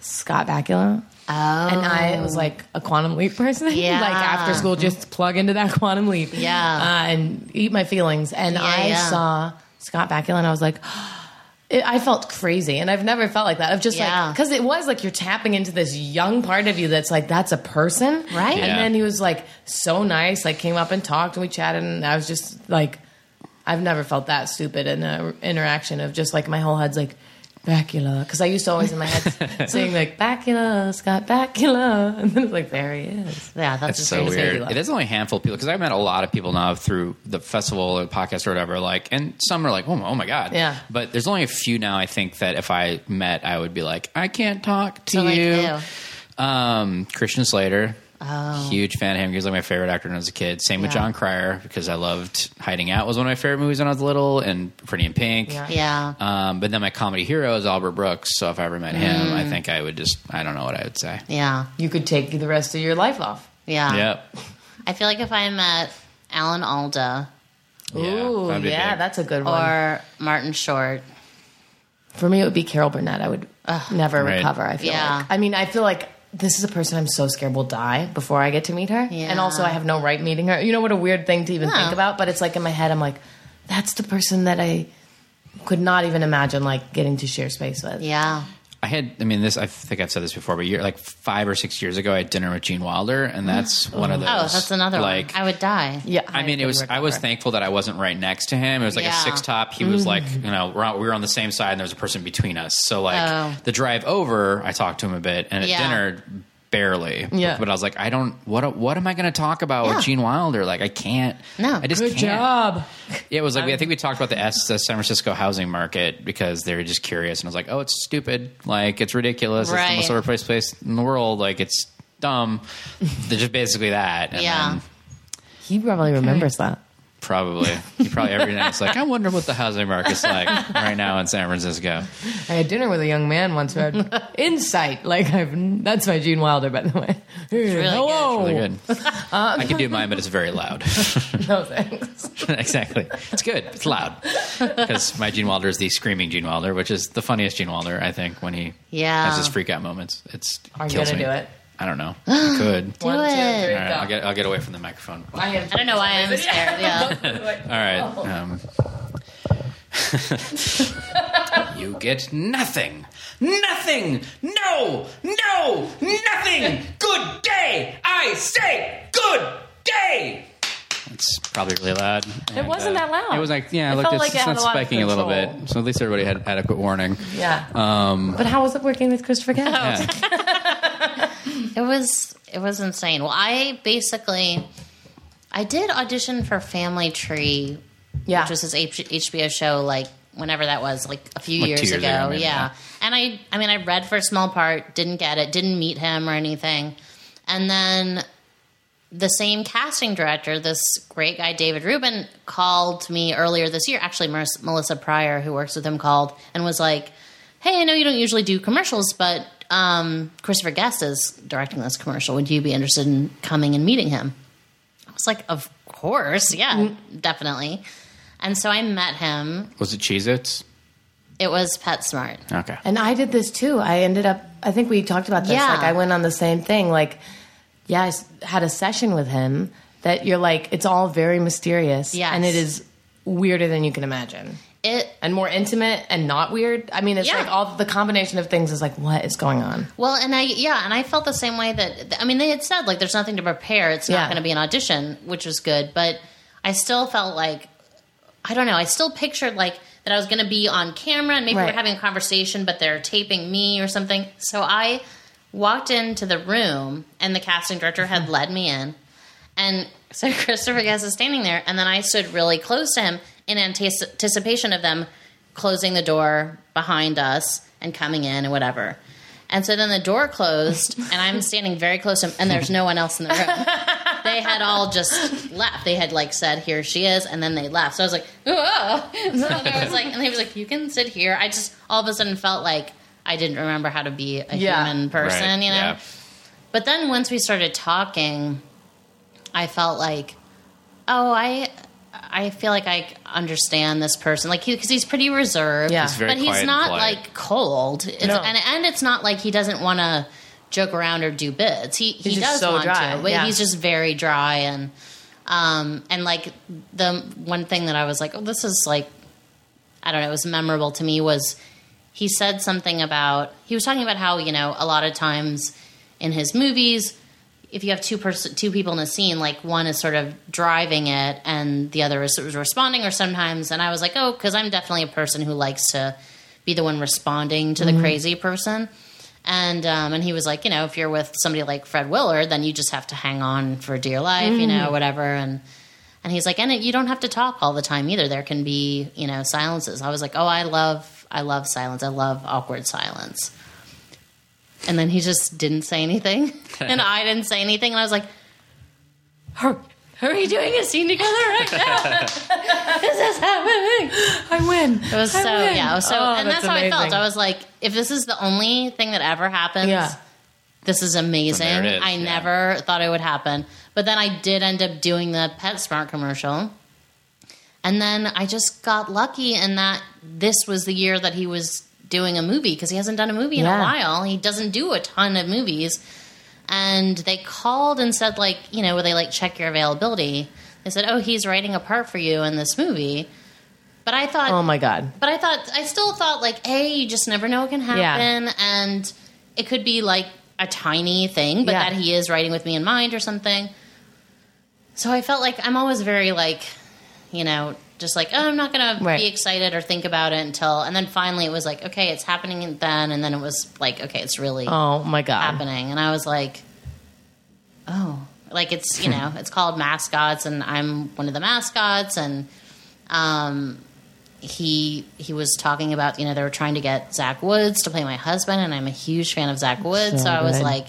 Scott Bakula. Oh, And I was like a quantum leap person. <laughs> Yeah. like after school, just plug into that <laughs> quantum leap. Yeah. Uh, and eat my feelings. And Yeah, I yeah. saw Scott Bakula and I was like, <gasps> it, I felt crazy. And I've never felt like that. I've just Yeah. like, because it was like you're tapping into this young part of you that's like, that's a person. Right. Yeah. And then he was like so nice, like came up and talked and we chatted. And I was just like, I've never felt that stupid in an interaction of just like my whole head's like, Bacula, because I used to always in my <laughs> head sing like Bacula, Scott Bacula, <laughs> and then it's like there he is. yeah, that's, It's just so crazy. weird. love. It is only a handful of people because I've met a lot of people now through the festival or podcast or whatever. Like, and some are like, oh, my- oh my god, Yeah. But there's only a few now. I think that if I met, I would be like, I can't talk to So, like, you. ew. Oh. Um, Christian Slater. Huge fan of him. He was like my favorite actor when I was a kid. Same with Yeah. John Cryer because I loved Hiding Out was one of my favorite movies when I was little, and Pretty in Pink. Yeah. Yeah. Um, but then my comedy hero is Albert Brooks. So if I ever met him, Mm. I think I would just I don't know what I would say. yeah. You could take the rest of your life off. Yeah. Yep. I feel like if I met Alan Alda Ooh, that'd be yeah, big. that's a Oh, good one. or Martin Short, For me, it would be Carol Burnett. I would never Right. recover. I feel Yeah. like. I mean, I feel like this is a person I'm so scared will die before I get to meet her, Yeah. and also I have no right meeting her. You know what a weird thing to even Yeah. think about, but it's like in my head, I'm like, that's the person that I could not even imagine like getting to share space with. yeah, I had, I mean, this, I think I've said this before, but you're like five or six years ago, I had dinner with Gene Wilder, and that's one of those. Mm-hmm. Oh, that's another like, one. I would die. Yeah, I mean, it could was. I was recover. thankful that I wasn't right next to him. It was like Yeah. Mm-hmm. a six top. He was like, you know, we're on, we were on the same side, and there was a person between us. So like Oh. the drive over, I talked to him a bit, and at Yeah. dinner, barely. Yeah. But, I was like, I don't. What what am I going to talk about Yeah. with Gene Wilder? Like, I can't. No. I just Good can't. job. Yeah, it was like we I think we Um, talked about the, S, the San Francisco housing market because they were just curious, and I was like, "Oh, it's stupid! Like it's ridiculous! It's the Right. most overpriced place in the world! Like it's dumb!" <laughs> They're just basically that. And Yeah. then <laughs> He probably remembers that. probably you probably every night it's like, "I wonder what the housing market's <laughs> like right now in San Francisco." I had dinner with a young man once who <laughs> had insight. Like I've that's my Gene Wilder, by the way. good. Hello. Really good. I can do mine, but it's very loud. <laughs> No thanks. exactly. It's good. It's loud because my Gene Wilder is the screaming Gene Wilder, which is the funniest Gene Wilder I think when he Yeah. has his freak out moments. It's Are you kills gonna me. do it? I don't <gasps> know. I could. Do One, two, it. three, All right, go. I'll get I'll get away from the microphone. All I, am- <laughs> I don't know why I'm <laughs> scared. Yeah. right. Oh. <laughs> Um, you get nothing. Nothing. No. No. Nothing. Good day. I say good day. It's probably really loud. And, wasn't that loud. It was like yeah, It look, felt it's, like it it's had not a lot of spiking a little control. bit. So at least everybody had adequate <laughs> warning. Yeah. Um, but how was it working with Christopher Guest? Oh, yeah. It was it was insane. Well, I basically I did audition for Family Tree, Yeah. which was his H- HBO show, like whenever that was, like a few Like two years, years ago. ago, maybe, yeah. yeah. and I I mean I read for a small part, didn't get it, didn't meet him or anything, and then the same casting director, this great guy David Rubin, called me earlier this year. Actually, Mar- Melissa Pryor, who works with him, called and was like, "Hey, I know you don't usually do commercials, but um, Christopher Guest is directing this commercial. Would you be interested in coming and meeting him?" I was like, "Of course, yeah, definitely." And so I met him. Was it Cheez Its? It was PetSmart. Okay. And I did this too. I ended up, I think we talked about this. Yeah. Like, I went on the same thing. Like, yeah, I s- had a session with him that you're like, it's all very mysterious. Yes. And it is weirder than you can imagine. It And more intimate and not weird. I mean, it's Yeah. like all the combination of things is like, what is going on? Well, and I yeah, and I felt the same way that I mean they had said like there's nothing to prepare. It's not Yeah. going to be an audition, which was good, but I still felt like I don't know. I still pictured like that I was going to be on camera and maybe Right. we're having a conversation, but they're taping me or something. So I walked into the room and the casting director had led me in, and so <laughs> Christopher Guest is standing there, and then I stood really close to him in antis- anticipation of them closing the door behind us and coming in and whatever. And so then the door closed, and I'm standing very close to him, and there's no one else in the room they had all just left. They had like said, "Here she is," and then they left. So I was like, "Whoa!" So I was like, <laughs> and he was like, "You can sit here." I just all of a sudden felt like I didn't remember how to be a Yeah. human person, Right, you know. yeah. But then once we started talking, I felt like, oh, I. I feel like I understand this person, like because he's pretty reserved, Yeah. He's very but he's quiet and not polite. like cold, it's, No. and and it's not like he doesn't want to joke around or do bids. He he just does so want dry, to, but yeah. he's just very dry and um and like the one thing that I was like, oh, this is like I don't know, it was memorable to me was he said something about he was talking about how you know a lot of times in his movies if you have two pers- two people in a scene like one is sort of driving it and the other is sort of responding or sometimes and i was like oh because i'm definitely a person who likes to be the one responding to the crazy person and um, and he was like you know if you're with somebody like fred willard then you just have to hang on for dear life you know whatever and and he's like, and it, you don't have to talk all the time either. There can be, you know, silences. I was like, oh, I love, I love silence. I love awkward silence. And then he just didn't say anything, <laughs> and I didn't say anything, and I was like, are, are we doing a scene together right now? this is happening. I win. Oh, It was so, yeah, it was so, and that's, how I felt. I was like, if this is the only thing that ever happens, Yeah. this is amazing. From there it is, I yeah. never thought it would happen. But then I did end up doing the PetSmart commercial. And then I just got lucky in that this was the year that he was doing a movie because he hasn't done a movie in Yeah. a while. He doesn't do a ton of movies. And they called and said, like, you know, where they like check your availability. They said, oh, he's writing a part for you in this movie. But I thought, Oh my god. but I thought, I still thought like, hey, you just never know what can happen, and it could be like a tiny thing, but Yeah. that he is writing with me in mind or something. So I felt like I'm always very like, you know, just like, oh, I'm not gonna Right. be excited or think about it until, and then finally it was like, okay, it's happening then, and then it was like, okay, it's really Oh my god. happening, and I was like, oh, like it's you know it's called mascots, and I'm one of the mascots, and um, he he was talking about you know they were trying to get Zach Woods to play my husband, and I'm a huge fan of Zach Woods, so, So I was good. like,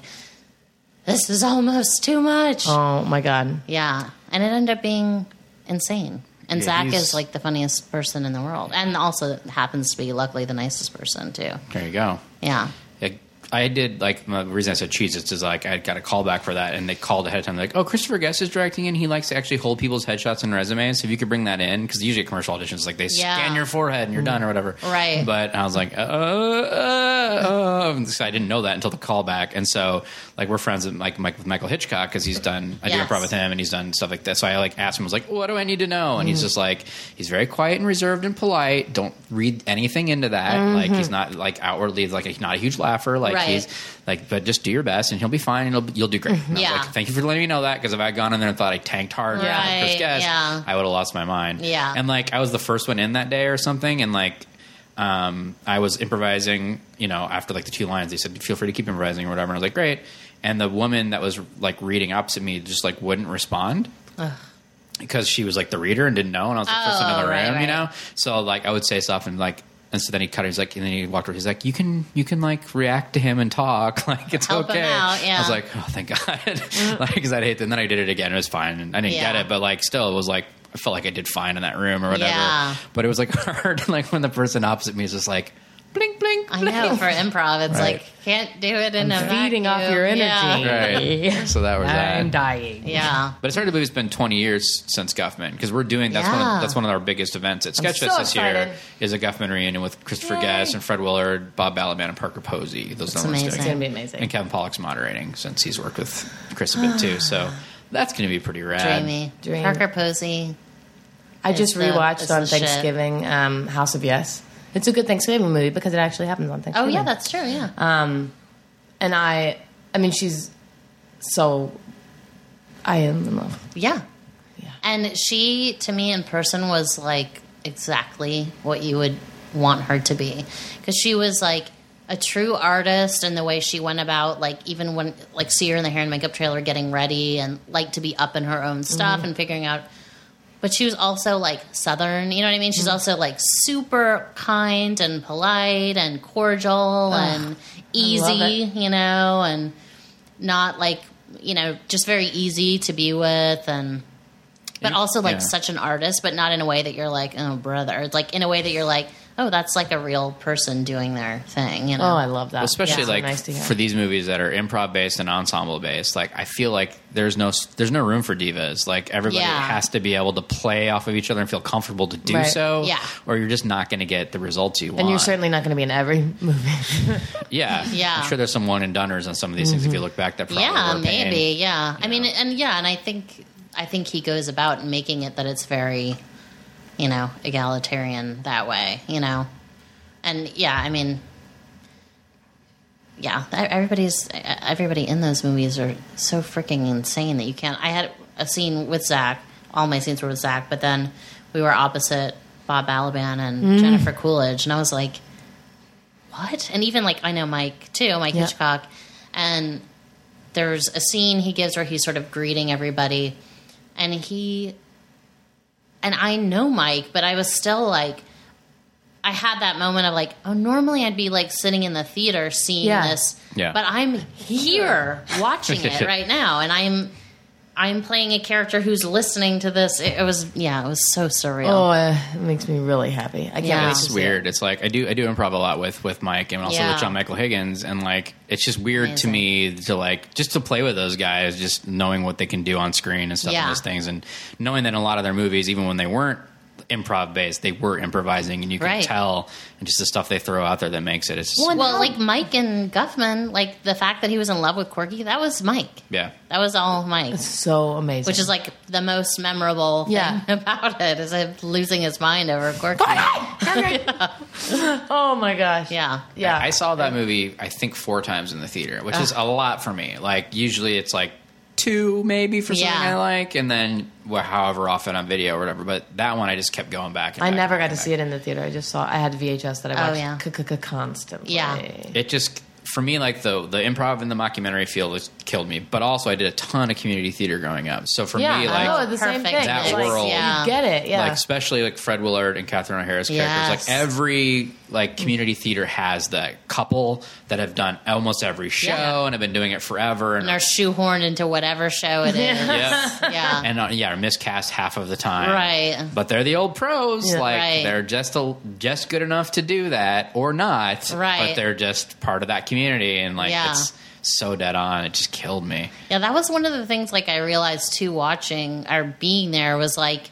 this is almost too much, Oh my god. yeah, and it ended up being insane. And Yeah, Zach he's- is like the funniest person in the world, and also happens to be luckily the nicest person too. There you go. Yeah. Like, I did like the reason I said cheese is like I got a call back for that, and they called ahead of time. They're like, "Oh, Christopher Guest is directing, and he likes to actually hold people's headshots and resumes. If you could bring that in, because usually at commercial auditions, like they Yeah. scan your forehead and you're done or whatever." Right. But I was like, "Uh, uh, uh," so I didn't know that until the callback, and so like we're friends with like Mike, with Michael Hitchcock because he's done I do Yes. improv with him, and he's done stuff like that. So I like asked him, I was like, "What do I need to know?" And Mm-hmm. he's just like, he's very quiet and reserved and polite. Don't read anything into that. Like he's not like outwardly like he's not a huge laugher. Like Mm-hmm. Right. he's like, but just do your best, and he'll be fine, and he'll, you'll do great. And I was Mm-hmm. Yeah. like, Thank you for letting me know that because if I had gone in there and thought I tanked hard, and found Chris Right, Guest, yeah. I would have lost my mind. Yeah. And like I was the first one in that day or something, and like um, I was improvising, you know, after like the two lines, they said, "Feel free to keep improvising" or whatever. And I was like, "Great." And the woman that was like reading opposite me just like wouldn't respond because she was like the reader and didn't know, and I was the first one in Oh, the room, right, you right. know. So like I would say stuff and like. And so then he cut. her, He's like, and then he walked over. He's like, you can, you can like react to him and talk. <laughs> Like it's Help him okay. out, yeah. I was like, oh, thank God. <laughs> like, because I'd hate that. And then I did it again. It was fine. And I didn't Yeah. get it, but like, still, it was like, I felt like I did fine in that room or whatever. Yeah. But it was like <laughs> hard, like, when the person opposite me is just like, blink, blink. I blink. know for improv, it's Right. like can't do it in a Feeding off vacuum. your energy. Yeah, Right. So that was uh, that. I'm dying. yeah. But it's hard to believe it's been 20 years since Guffman because we're doing that's one Yeah. of, that's one of our biggest events at Sketchfest so this year excited. is a Guffman reunion with Christopher Yay. Guest and Fred Willard, Bob Balaban, and Parker Posey. Those are the ones doing It's amazing. it. gonna be amazing. and Kevin Pollock's moderating since he's worked with Chris a bit too. <sighs> So that's going to be pretty rad. dreamy. Dream. Parker Posey. I just the- rewatched it's the on shit. Thanksgiving um, House of Yes. It's a good Thanksgiving movie because it actually happens on Oh Thanksgiving. Um, yeah, that's true. Yeah, and I, I mean, she's so. I am in love. yeah. Yeah. And she, to me, in person was like exactly what you would want her to be, because she was like a true artist and the way she went about, like even when like see her in the hair and makeup trailer getting ready and like to be up in her own stuff and figuring out but she was also like southern you know what i mean she's also like super kind and polite and cordial and easy you know and not like you know just very easy to be with and but Yeah. also like Yeah. such an artist but not in a way that you're like oh brother It's, like in a way that you're like oh that's like a real person doing their thing you know Oh, I love that. Well, especially It's so like nice to hear. for these movies that are improv based and ensemble based like i feel like there's no there's no room for divas like everybody Yeah. has to be able to play off of each other and feel comfortable to do Right. so Yeah. or you're just not going to get the results you want and you're certainly not going to be in every <laughs> movie. yeah Yeah. i'm sure there's some one and doners on some of these things if you look back that probably yeah were paying. maybe yeah i mean and yeah and i think i think he goes about making it that it's very you know egalitarian that way you know and yeah i mean yeah e- everybody's e- everybody in those movies are so freaking insane that you can't i had a scene with zach all my scenes were with zach but then we were opposite bob balaban and jennifer coolidge and i was like what and even like i know mike too mike Yeah. hitchcock and there's a scene he gives where he's sort of greeting everybody and he and i know mike but i was still like i had that moment of like oh normally i'd be like sitting in the theater seeing Yeah. this Yeah. but i'm here watching it right now and i'm i'm playing a character who's listening to this it, it was yeah it was so Oh, surreal uh, it makes me really happy. I can't Yeah. wait It's to just see weird. It's like I do I do improv a lot with with Mike and also Yeah. with John Michael Higgins and like it's just weird to Amazing. me to like just to play with those guys, just knowing what they can do on screen and stuff Yeah. and those things and knowing that in a lot of their movies, even when they weren't improv based. They were improvising, and you can Right. tell, and just the stuff they throw out there that makes it. It's just, Well, like Mike and Guffman, like the fact that he was in love with Corky, that was Mike. yeah. That was all Mike. so amazing. Which is like the most memorable Yeah. thing <laughs> about it is him losing his mind over Corky. oh my gosh. Yeah. Yeah. I saw that movie I think four times in the theater, which is a lot for me. Like usually it's like two maybe for something I Yeah. like, and then well, however often on video or whatever. But that one I just kept going back. And I back never and got to back. see it in the theater. I just saw I had VHS that I Oh, watched yeah. c- c- constantly. Yeah. It just for me like the the improv and the mockumentary field has killed me. But also I did a ton of community theater growing up, so for Yeah, me like. I know, the same thing. That It's world. Like, Yeah. get it? Yeah. Like especially like Fred Willard and Catherine O'Hara's characters. Yes. Like every like community theater has that couple that have done almost every show Yeah. and have been doing it forever and And are shoehorned into whatever show it is. Yeah. <laughs> Yep. <laughs> and uh, yeah, are miscast half of the time. Right. But they're the old pros. Yeah. Like Right. they're just a, just good enough to do that or not. Right. But they're just part of that community and like Yeah. it's so dead on. It just killed me. Yeah, that was one of the things like I realized too watching or being there was like,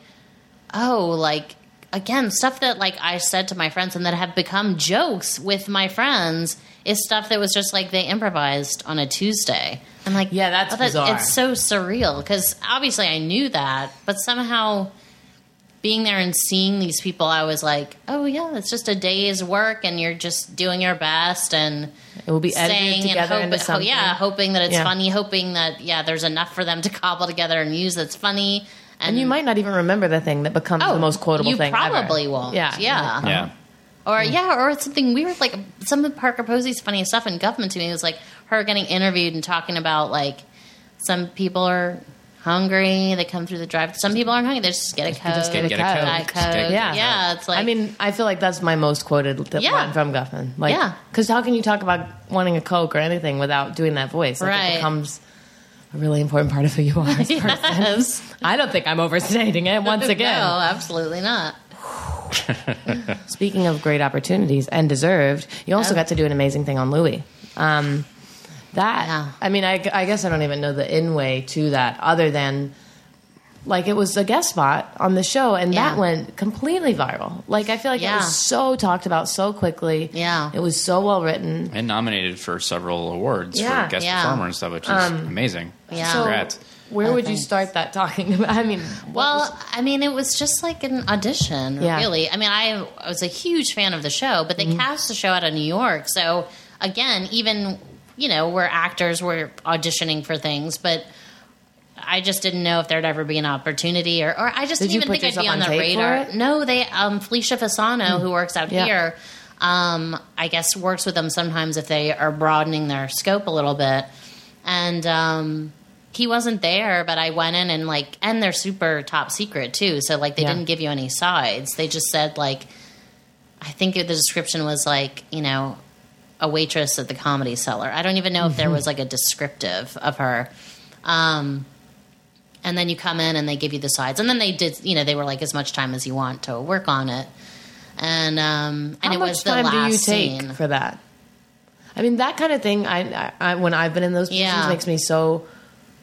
oh, like again, stuff that like I said to my friends and that have become jokes with my friends is stuff that was just like they improvised on a Tuesday. I'm like, Yeah, that's oh, bizarre. It's so surreal because obviously I knew that, but somehow being there and seeing these people, I was like, oh yeah, it's just a day's work, and you're just doing your best and it will be edited together hope- into ho- something. yeah, hoping that it's Yeah. funny, hoping that yeah, there's enough for them to cobble together and use that's funny. And, And you might not even remember the thing that becomes Mm. Oh, the most quotable you thing. probably ever. won't. Yeah. Yeah. Yeah. or yeah, or it's something weird like some of Parker Posey's funniest stuff in Guffman to me was like her getting interviewed and talking about like some people are hungry, they come through the drive. Some people aren't hungry, they just get a code. just Get, Get a get a code. code. Get a Just get a code. Yeah. Yeah, it's like- I mean, I feel like that's my most quoted th- Yeah. one from Guffman. Like, Yeah. Because how can you talk about wanting a Coke or anything without doing that voice? Like, Right. It becomes a really important part of who you are. <laughs> <laughs> yes. I don't think I'm overstating it <laughs> once again. <laughs> no, absolutely not. Speaking of great opportunities and deserved, you also Oh. got to do an amazing thing on Louis. Um, that Yeah. I mean, I, I guess I don't even know the in way to that, other than like it was a guest spot on the show, and Yeah. that went completely viral. Like I feel like it Yeah. was so talked about so quickly. Yeah. it was so well written. And nominated for several awards Yeah. for guest Yeah. Um, performer and stuff, which is amazing. Yeah. So Congrats. where would you thanks. start that talking? <laughs> about? I mean, what was- Well, I mean, it was just like an Yeah. audition, Mm-hmm. really. I mean, I, I was a huge fan of the show, but they cast the show out of New York. So, again, even, you know, we're actors, we're auditioning for things, but I just didn't know if there'd ever be an opportunity or, or I just Did you didn't even put think yourself I'd be on, on the tape for radar. it? No, they, um, Felicia Fasano, who works out Hmm. Yeah. here, um, I guess works with them sometimes if they are broadening their scope a little bit. And, um, he wasn't there, but I went in and like, and they're super top secret too. So like, they Yeah. didn't give you any sides. They just said like, I think the description was like, you know, a waitress at the comedy cellar. I don't even know if Mm-hmm. there was like a descriptive of her. Um, and then you come in and they give you the sides, and then they did. You know, they were like as much time as you want to work on it. And um, How and it much was the time last do you take scene. for that? I mean, that kind of thing. I, I, I when I've been in those positions, Yeah. makes me so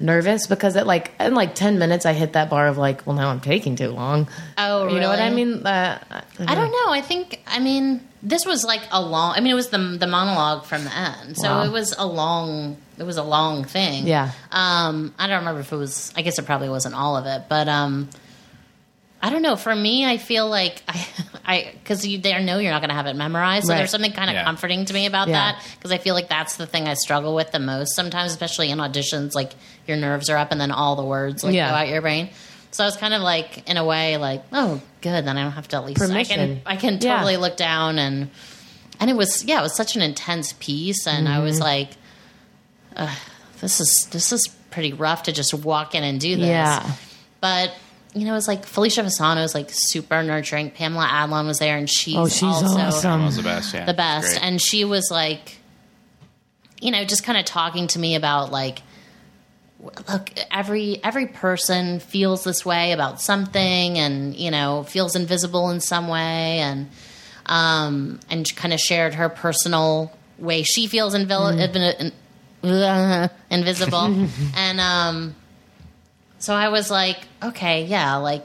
nervous because at like in like ten minutes, I hit that bar of like, well, now I'm taking too long. Oh, you know what I really? mean? Uh, I I don't know. I think I mean this was like a long. I mean it was the the monologue from the end, so Wow. it was a long. It was a long thing. Yeah. Um. I don't remember if it was. I guess it probably wasn't all of it, but um. I don't know. For me, I feel like <laughs> I, I, because you there know you're not going to have it memorized. So Right. there's something kind of Yeah. comforting to me about Yeah. that because I feel like that's the thing I struggle with the most sometimes, especially in auditions. Like your nerves are up, and then all the words like Yeah. go out your brain. So I was kind of like, in a way, like, oh, good. Then I don't have to at least Permission. I can I can Yeah. totally look down and and it was yeah, it was such an intense piece, and I Mm-hmm. was like, Ugh, this is this is pretty rough to just walk in and do this. Yeah. But you know, it was like Felicia Fasano is like super nurturing. Pamela Adlon was there, and she's, Oh, she's also awesome. That was the best. Yeah. the best. Great. And she was like, you know, just kind of talking to me about like, w- look, every every person feels this way about something, and you know, feels invisible in some way, and um, and kind of shared her personal way she feels invil- invin- in- <laughs> uh, invisible, and um, so I was like, okay, yeah, like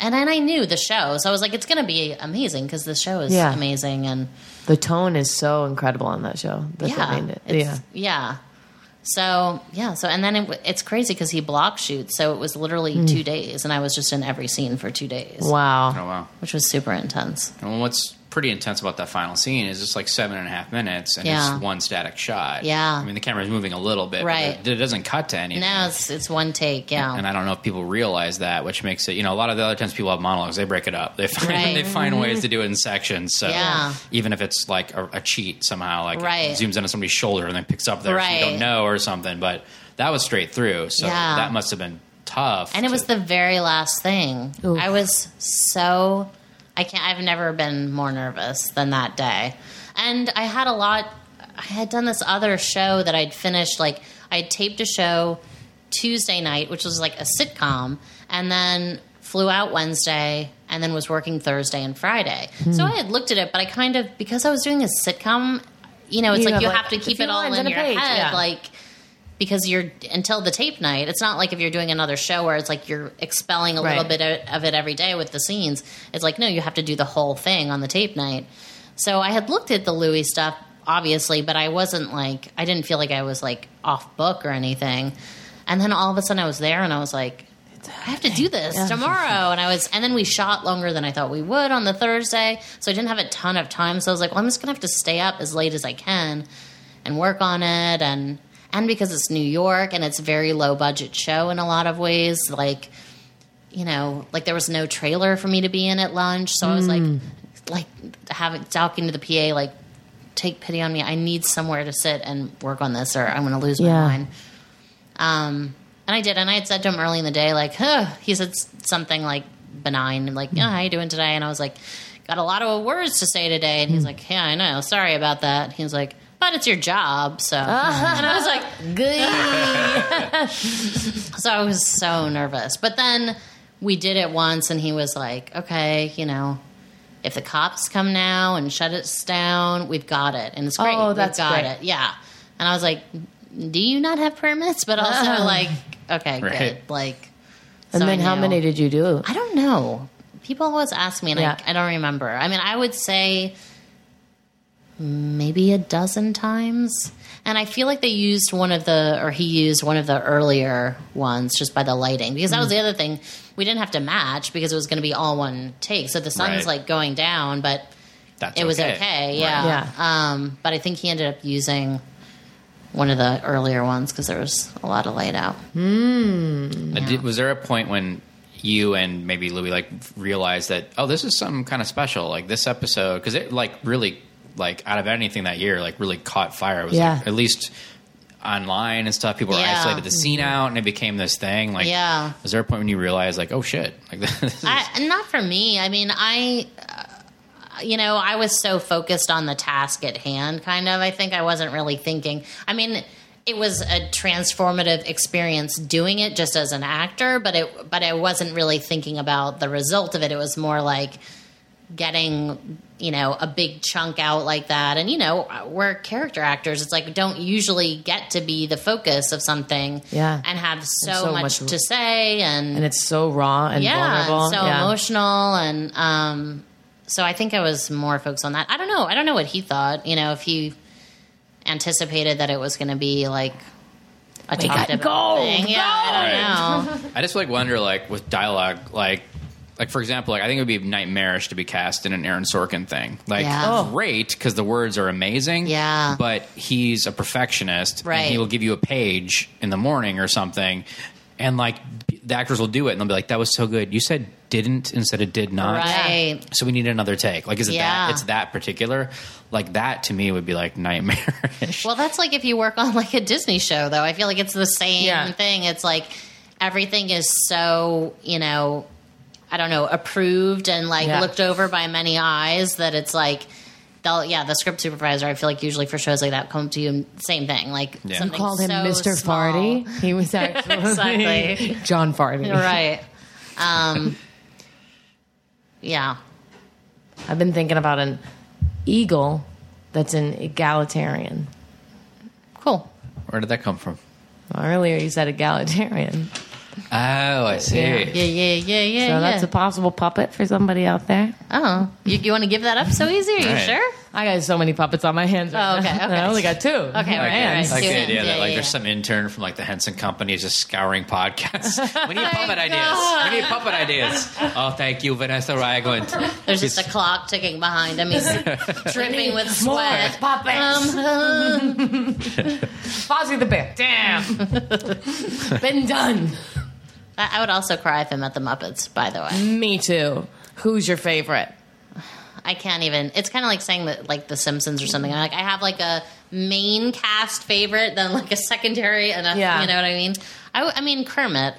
And then I knew the show, so I was like, it's going to be amazing because the show is Yeah. amazing. And The tone is so incredible on that show. That's yeah, what made it. it's- Yeah. yeah. So yeah, so and then it, it's crazy because he block shoots, so it was literally two days, and I was just in every scene for two days, Oh Mm. Wow. wow. which was super intense. And what's pretty intense about that final scene is it's like seven and a half minutes, and Yeah. it's one static shot. Yeah. I mean the camera's moving a little bit, but Right. it, it doesn't cut to anything. Now it's it's one take, yeah. And I don't know if people realize that, which makes it you know a lot of the other times people have monologues, they break it up, they find <laughs> Right. Mm-hmm. they find ways to do it in sections. So Yeah. even if it's like a, a cheat somehow, like it Right. zooms in on somebody's shoulder and then picks up there, so you Right. don't know or something. But that was straight through, so Yeah. that must have been tough. And it to- was the very last thing. Oof. I was so I can't I've never been more nervous than that day. And I had a lot I had done this other show that I'd finished like I had taped a show Tuesday night, which was like a sitcom, and then flew out Wednesday and then was working Thursday and Friday. So Hmm. I had looked at it, but I kind of because I was doing a sitcom, you know, it's You like have, you like, have to a keep few it all lines in and a your page, head yeah. like because you're until the tape night. It's not like if you're doing another show where it's like you're expelling a Right. little bit o- of it every day with the scenes. It's like no, you have to do the whole thing on the tape night. So I had looked at the Louis stuff obviously, but I wasn't like I didn't feel like I was like off book or anything. And then all of a sudden I was there and I was like I have to do this tomorrow. And I was, and then we shot longer than I thought we would on the Thursday. So I didn't have a ton of time. So I was like, well, I'm just going to have to stay up as late as I can and work on it. And, and because it's New York and it's a very low budget show in a lot of ways, like, you know, like there was no trailer for me to be in at lunch. So I was like, like having, talking to the PA, like, take pity on me. I need somewhere to sit and work on this or I'm going to lose my Yeah. mind. Um, and I did, and I had said to him early in the day, like, huh, he said s- something like benign, like, yeah, how you doing today? And I was like, got a lot of words to say today. And he's like, yeah, I know, sorry about that. He was like, but it's your job, so. and I was like, so I was so nervous. But then we did it once, and he was like, okay, you know, if the cops come now and shut us down, we've got it. And it's great. Oh, We've that's got great. it. Yeah. And I was like, do you not have permits? <laughs> But also, like, okay, Right. good. Like, And so then I how knew. many did you do? I don't know. People always ask me, and Yeah. I, I don't remember. I mean, I would say maybe a dozen times. And I feel like they used one of the, or he used one of the earlier ones just by the lighting, because that was the other thing. We didn't have to match because it was going to be all one take. So the sun's Right. like going down, but That's it was okay. Yeah. Right. Um, but I think he ended up using one of the earlier ones because there was a lot of light out. Now, did- was there a point when you and maybe Louis like realized that oh this is something kind of special like this episode because it like really like out of anything that year like really caught fire. It was Yeah. like, at least online and stuff. People were Yeah. Mm-hmm. isolated the scene out and it became this thing. Like Yeah. was there a point when you realized like oh shit like <laughs> this is, I, not for me. I mean, I, uh, you know, I was so focused on the task at hand, kind of. I think I wasn't really thinking. I mean, it was a transformative experience doing it just as an actor, but it, but I wasn't really thinking about the result of it. It was more like getting you know a big chunk out like that and you know we're character actors it's like don't usually get to be the focus of something Yeah. and have so, so much, much- to say and And it's so raw and yeah, vulnerable. and so emotional, and um, so I think I was more focused on that. I don't know. I don't know what he thought. You know, if he anticipated that it was going to be like a We top got dip gold, thing. Yeah, I <laughs> don't know. I just like wonder like with dialogue like like for example like I think it would be nightmarish to be cast in an Aaron Sorkin thing like Yeah. great because the words are amazing Yeah. but he's a perfectionist Right. and he will give you a page in the morning or something and like the actors will do it and they'll be like that was so good you said didn't instead of did not right. so we need another take like is it Yeah. that it's that particular like that to me would be like nightmarish Well, that's like if you work on like a Disney show, though. I feel like it's the same Yeah. thing. It's like everything is so you know, I don't know, approved and like Yeah. looked over by many eyes that it's like. They'll, yeah, the script supervisor. I feel like usually for shows like that, come to you and same thing. Like Yeah. something Called him so Mr. small. Farty. He <laughs> was actually Exactly. John Farty. right? Um, yeah, I've been thinking about an eagle that's an egalitarian. cool. where did that come from <laughs> Well, earlier you said egalitarian. Oh, I see. Yeah. Yeah, yeah, yeah, yeah. So yeah. that's a possible puppet for somebody out there. oh, you, you want to give that up so easy? Are you Right. sure? I got so many puppets on my hands. right Oh, <laughs> okay, now. okay. I only got two. Okay, right, right. I like Yeah, the idea yeah, that like yeah. there's some intern from like the Henson Company is just scouring <laughs> podcasts. we need Thank puppet ideas. God. We need puppet ideas. Oh, thank you, Vanessa Ragland. There's just a clock ticking behind <laughs> him. He's dripping with sweat. puppets. Um, Fozzie the bear. <laughs> Damn. Been done. I I would also cry if I met the Muppets. By the way, Me too. Who's your favorite? I can't even. It's kind of like saying that like The Simpsons or something. Like I have like a main cast favorite, then like a secondary, and a, Yeah. you know what I mean. I, w- I mean Kermit.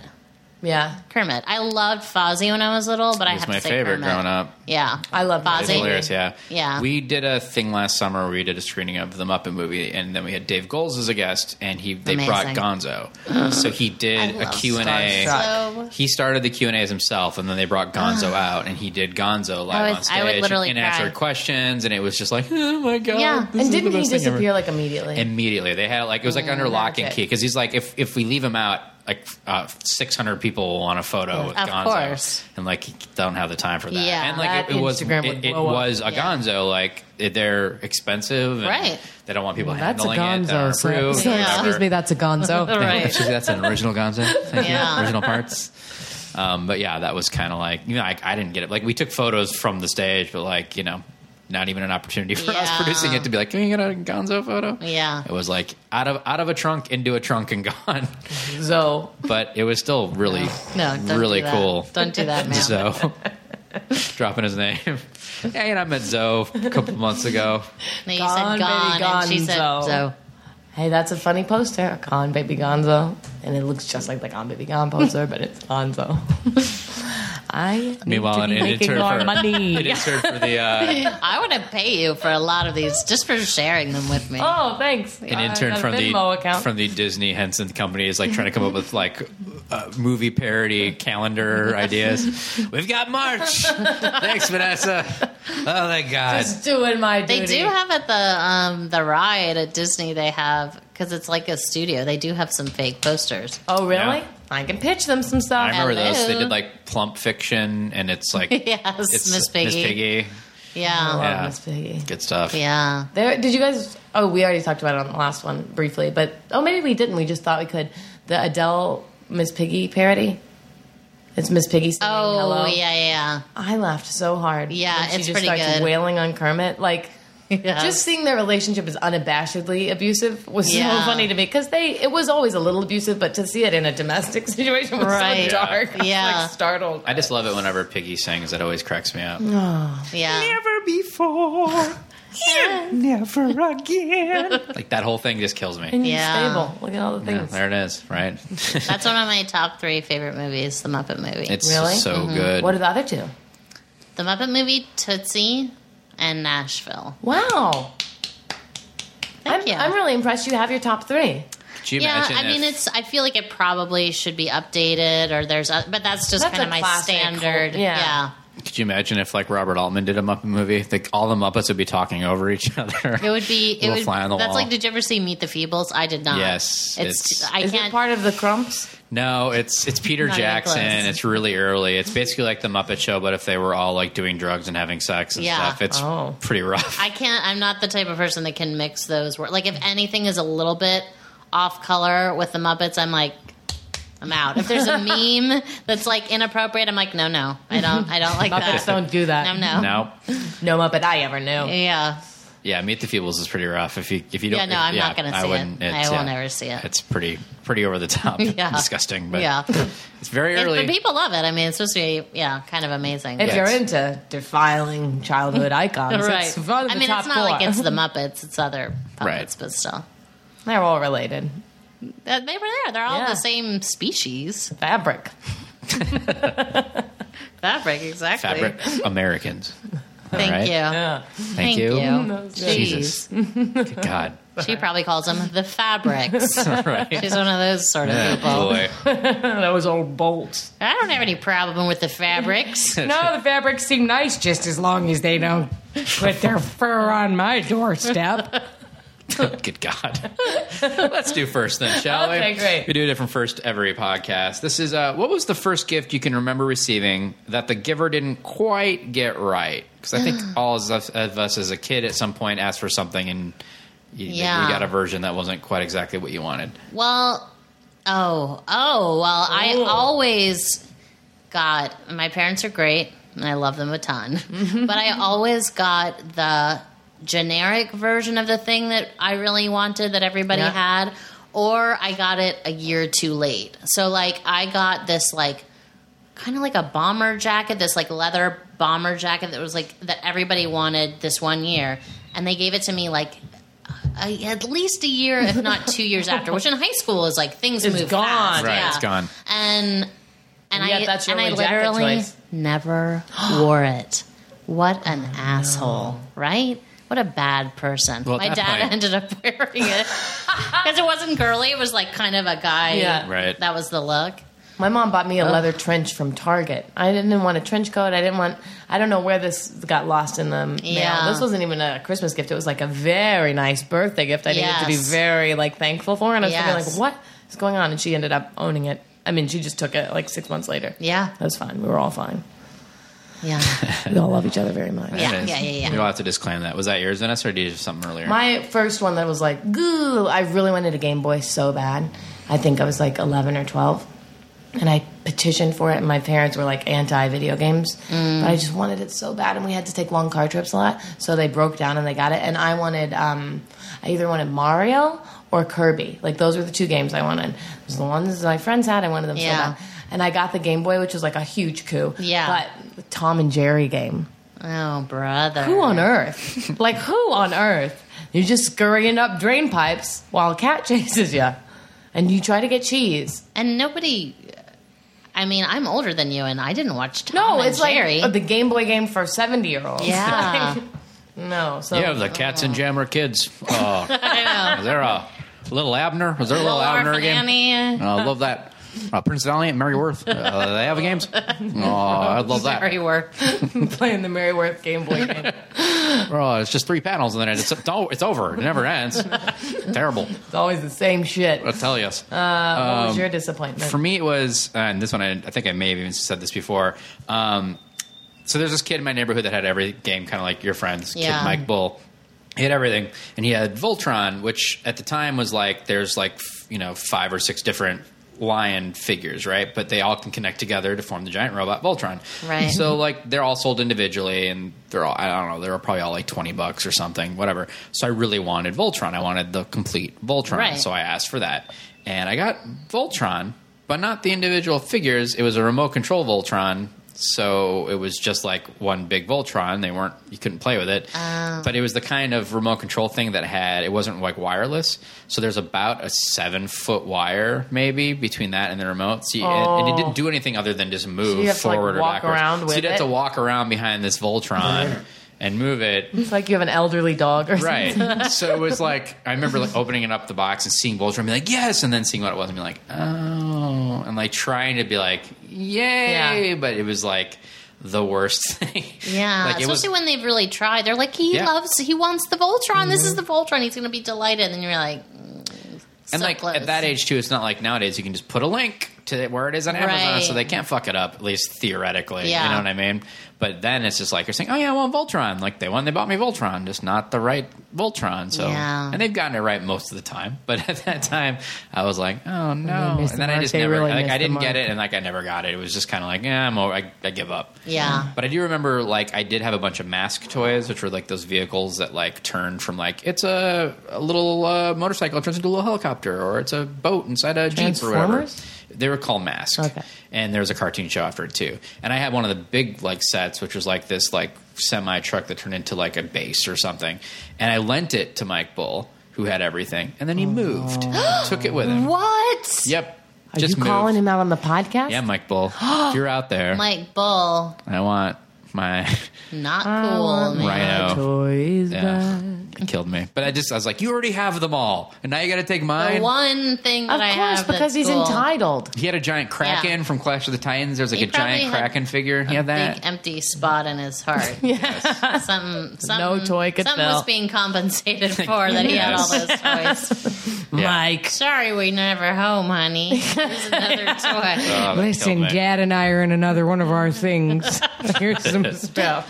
Yeah. Kermit. I loved Fozzie when I was little, but I was have my to say favorite Kermit. growing up. Yeah, I love It's Fozzie. Fozzie. hilarious, yeah. Yeah. We did a thing last summer where we did a screening of the Muppet movie, and then we had Dave Goles as a guest, and he they brought <gasps> Gonzo, so he did I a love Q and A. Starstruck. So He started the Q and A's himself, and then they brought <gasps> Gonzo out, and he did Gonzo live I was- on I stage would literally and cry. answered questions, and it was just like, oh my god, Yeah. this is and the didn't he best thing ever." disappear like immediately? immediately. They had like it was like under lock and magic. key because he's like if if we leave him out like uh, 600 people want a photo with Of Gonzo course. and like don't have the time for that. Yeah, and like that it, it was Instagram it, would it blow up. was a Yeah. Gonzo like it- they're expensive and Right. They don't want people That's a handling it. uh, gonzo. That aren't So, approved, <laughs> so Yeah. excuse me, that's a <laughs> gonzo. right. Excuse me, that's an original Gonzo. <laughs> Thank Yeah. you. Original parts. Um, but yeah, that was kind of like you know I, I didn't get it. Like we took photos from the stage, but like you know, not even an opportunity for us Yeah. producing it to be like, can we get a Gonzo photo? Yeah. it was like out of out of a trunk into a trunk and gone. <laughs> So But it was still really no, don't do really that. cool. Don't do that, man. So <laughs> dropping his name. <laughs> Yeah, you know, I met Zoe a couple months ago. No, you Gone, said gone, baby, and she said gonzo. so. Hey, that's a funny poster. Con Baby Gonzo. And it looks just like the Con Baby Gon poster, but it's <laughs> Gonzo. I need Meanwhile, to an be making intern more for- <laughs> It money. inserted for the <laughs> uh, I would have paid you for a lot of these just for sharing them with me. <laughs> Oh, thanks. an intern from the from the Disney Henson company is like trying to come up with like uh, movie parody <laughs> calendar ideas. We've got March. Thanks, Vanessa. Oh, thank God. Just doing my duty. They do have at the um, the ride at Disney. They have because it's like a studio. They do have some fake posters. <laughs> Oh, really? Yeah. I can pitch them some stuff. I remember those. They Hello. did like Plump Fiction, and it's like Yes, it's Miss Piggy. I Yeah, love Yeah. Miss Piggy. Good stuff. yeah. There, did you guys? Oh, we already talked about it on the last one briefly, but oh, maybe we didn't. We just thought we could. The Adele Miss Piggy parody. It's Miss Piggy singing Oh hello. yeah, yeah, I laughed so hard. Yeah, when she it's just pretty starts good. wailing on Kermit. Like, <laughs> yeah. just seeing their relationship as unabashedly abusive was so Yeah. funny to me because they it was always a little abusive, but to see it in a domestic <laughs> situation was Right. so dark. I was, Yeah. like startled. I just love it whenever Piggy sings. It always cracks me up. <laughs> yeah. Never before. Never again. Like that whole thing just kills me. Yeah. Stable. Look at all the Yeah, things. there it is, <laughs> right? That's one of my top three favorite movies. The Muppet movie. It's Really? so Mm-hmm. good. what are the other two? the Muppet movie, Tootsie, and Nashville. Wow. Thank I'm, you. I'm really impressed. You have your top three. Could you yeah, imagine I mean, if- it's. I feel like it probably should be updated, or there's, a, but that's just That's kind of a my classic standard. cult- yeah. Could you imagine if like Robert Altman did a Muppet movie? Like all the Muppets would be talking over each <laughs> other. It would be. It Little would. fly on the that's wall. like. Did you ever see Meet the Feebles? I did not. Yes, It's. it's- I Is can't. it part of the Crumps? no, it's it's Peter Not even Jackson. close. It's really early. It's basically like the Muppet Show, but if they were all like doing drugs and having sex and Yeah. stuff, it's Oh. pretty rough. I can't. I'm not the type of person that can mix those words. Like if anything is a little bit off color with the Muppets, I'm like. I'm out. If <laughs> there's a meme that's like inappropriate, I'm like, no, no, I don't, I don't like Muppets that. don't do that. No, no, no, No Muppet I ever knew. yeah, yeah, Meet the Feebles is pretty rough. If you if you don't, yeah, no, if- I'm not going to I see wouldn't- it. it's- I will yeah. never see it. It's pretty pretty over the <laughs> top, Yeah. disgusting, but yeah, it's very It- early. but people love it. I mean, it's supposed to be, yeah, kind of amazing. If Yeah, you're it's- into defiling <laughs> childhood icons, right. it's one of the I mean, top it's not four. like it's the Muppets; it's other puppets, Right. but still, They're all related. Uh, they were there. They're all Yeah. the same species. Fabric. Fabric, exactly. Fabric Americans. Thank Right? you. Yeah. Thank, you. Jesus. Jesus. Good <laughs> God. She probably calls them the fabrics. right. Oh, She's one of those sort of people. boy. Those old bolts. I don't have any problem with <laughs> the fabrics. No, the fabrics seem nice just as long as they don't put their fur on my doorstep. Good God. <laughs> Let's do first then, shall Okay, we? great. We do a different first every podcast. This is uh, what was the first gift you can remember receiving that the giver didn't quite get right? Because I <sighs> think all of us, of us as a kid at some point asked for something and you, Yeah. you got a version that wasn't quite exactly what you wanted. Well, oh, oh, well, I always got my parents are great and I love them <laughs> a ton. but I always got the generic version of the thing that I really wanted that everybody Yeah. had or I got it a year too late. So like I got this like kind of like a bomber jacket, this like leather bomber jacket that was like that everybody wanted this one year, and they gave it to me like a, at least a year, if not two years after. Which in high school is like things It's move gone. fast, Right, yeah. it's gone. and and And yet I that's your and I only jacket literally choice. <gasps> never wore it. What an asshole, right? What a bad person. Well, at My that dad point- ended up <laughs> wearing <laughs> it because it wasn't girly. It was like kind of a guy. Yeah. Right. That was the look. My mom bought me a leather trench from Target. I didn't want a trench coat. I didn't want. I don't know where this got lost in the mail. Yeah. This wasn't even a Christmas gift. It was like a very nice birthday gift. I needed to be Yes. very like thankful for, and I was Yes. thinking like, what is going on? And she ended up owning it. I mean, she just took it like six months later. Yeah. That was fine. We were all fine. Yeah. We all love each other very much. Yeah, It is. yeah, yeah, yeah. We'll have to disclaim that. Was that yours, Vanessa, or did you have something earlier? My first one that was like, goo, I really wanted a Game Boy so bad. I think I was like 11 or 12. And I petitioned for it, and my parents were like anti video games. Mm. But I just wanted it so bad, and we had to take long car trips a lot. So they broke down and they got it. And I wanted, um, I either wanted Mario or Kirby. Like, those were the two games I wanted. It was the ones my friends had, I wanted them so Yeah. bad. And I got the Game Boy, which was like a huge coup. Yeah. But the Tom and Jerry game. <laughs> Oh, brother. Who on earth? like who on earth? You're just scurrying up drain pipes while a cat <laughs> chases you, and you try to get cheese. And nobody. I mean, I'm older than you, and I didn't watch Tom No, and it's Jerry. like the Game Boy game for seventy year olds. <laughs> Yeah. no. So yeah, the Cats and Jammer <laughs> kids. Oh, uh, I know. was there a Little Abner? Was there a Little, Little Abner Orphan again? Annie. Oh, I love that. Uh, Prince Valiant, Mary Worth. Uh, they have <laughs> games. Oh, I love Jerry that. work. <laughs> playing the Merryworth Game Boy game. Oh, it's just three panels and then it's, it's, o- it's over. It never <laughs> ends. Terrible. It's always the same shit. I'll Uh, tell you. Um, what was your disappointment? For me, it was, uh, and this one I, I think I may have even said this before. Um, so there's this kid in my neighborhood that had every game, kind of like your friends, Yeah. kid Mike Bull. He had everything, and he had Voltron, which at the time was like there's like f- you know five or six different lion figures, right? But they all can connect together to form the giant robot Voltron. Right. So like they're all sold individually, and they're all I don't know they're probably all like twenty bucks or something, whatever. So I really wanted Voltron. I wanted the complete Voltron. Right. So I asked for that, and I got Voltron, but not the individual figures. It was a remote control Voltron, so it was just like one big Voltron. They weren't you couldn't play with it, but it was the kind of remote control thing that had it wasn't like wireless. So there's about a seven foot wire maybe between that and the remote. So you, and, and it didn't do anything other than just move you have to, like, forward walk or backwards. around so with you'd have to it? walk around behind this <laughs> Voltron and move it. It's like you have an elderly dog or something. Right. so it was like I remember like opening it up the box and seeing Voltron and be like, yes, and then seeing what it was and be like, oh and like trying to be like, yay, Yeah. but it was like the worst <laughs> thing. Yeah, Like it was especially when they've really tried. They're like, he Yeah. Mm-hmm. loves, he wants the Voltron. This is the Voltron. He's going to be delighted. And you're like, mm, and so like close. at that age too, it's not like nowadays you can just put a link to where it is on Amazon, Right. so they can't fuck it up at least theoretically. Yeah. You know what I mean? But then it's just like you're saying, oh yeah, I want Voltron. Like they won, they bought me Voltron, just not the right Voltron. So Yeah. and they've gotten it right most of the time. <laughs> But at that time, I was like, oh no, missed and the then I mark. just They never, really like, missed I the didn't get mark. it, and like I never got it. It was just kind of like, yeah, I'm over, I, I give up. Yeah. But I do remember like I did have a bunch of mask toys, which were like those vehicles that like turned from like it's a, a little uh, motorcycle it turns into a little helicopter, or it's a boat inside a jeep or whatever. Transformers? They were called masks, Okay. and there was a cartoon show after it too. And I had one of the big like sets, which was like this like semi truck that turned into like a base or something. And I lent it to Mike Bull, who had everything, and Oh. then he moved, took it with <gasps> him. what? Yep, Are you calling him out on the podcast? Yeah, Mike <gasps> Bull, if you're out there, Like, bull, I want my <laughs> Um, not cool, man. rhino. Toys Yeah. back. It killed me. But I just I was like, you already have them all, and now you got to take The mine. one thing that Of I course, have because that's he's cool, entitled. He had a giant Kraken Yeah. from Clash of the Titans. There was like He a giant probably had Kraken figure. He had that. Big empty spot in <laughs> his heart. yeah. Something, something, No toy could something fill. was <laughs> being compensated for that he had all those toys. Yeah. Mike. Sorry, we never home, honey. <laughs> Here's another toy. Oh, that Listen, killed me. Dad and I are in another one of our <laughs> things. Here's some stuff.